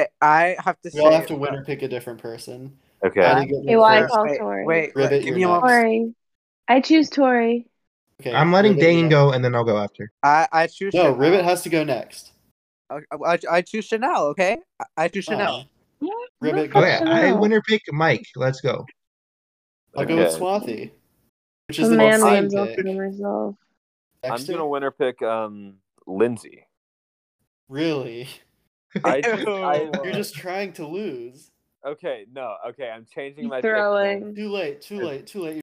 S8: Okay, I have to
S3: We
S8: say.
S3: all have to
S8: it,
S3: win or pick a different person.
S5: Okay.
S3: Maddie,
S8: I-
S3: get
S2: Okay,
S3: one
S2: well, I
S8: but-
S3: first.
S2: call
S8: wait,
S2: Tori.
S8: wait, wait,
S3: Ribbit,
S8: give
S3: you're
S8: me a moment.
S2: Tori. I choose Tori.
S3: Okay.
S1: I'm letting
S3: Ribbit, you're
S1: Dane
S3: next.
S1: go and then I'll go after.
S8: I, I choose
S3: No,
S8: Chanel.
S3: Ribbit has to go next.
S8: I, I, I choose Chanel. Okay, I, I choose Chanel.
S3: Uh,
S2: Yeah,
S3: Ribbit,
S2: Fuck
S3: go.
S1: Okay,
S3: ahead.
S1: I
S2: Chanel.
S1: winner pick Mike. Let's go.
S3: I'll go with
S5: Okay.
S3: Swathy, which
S2: The
S3: is the
S2: man
S3: same
S2: wins. I'll
S3: pick.
S2: kill myself.
S5: I'm
S3: Dexter?
S5: going to winner pick um Lindsay.
S3: Really?
S5: I, just- I-
S8: Ew.
S3: You're just trying to lose.
S5: okay, no, okay, I'm changing
S2: He's
S5: my pick.
S2: throwing.
S3: Too late, too late, too late.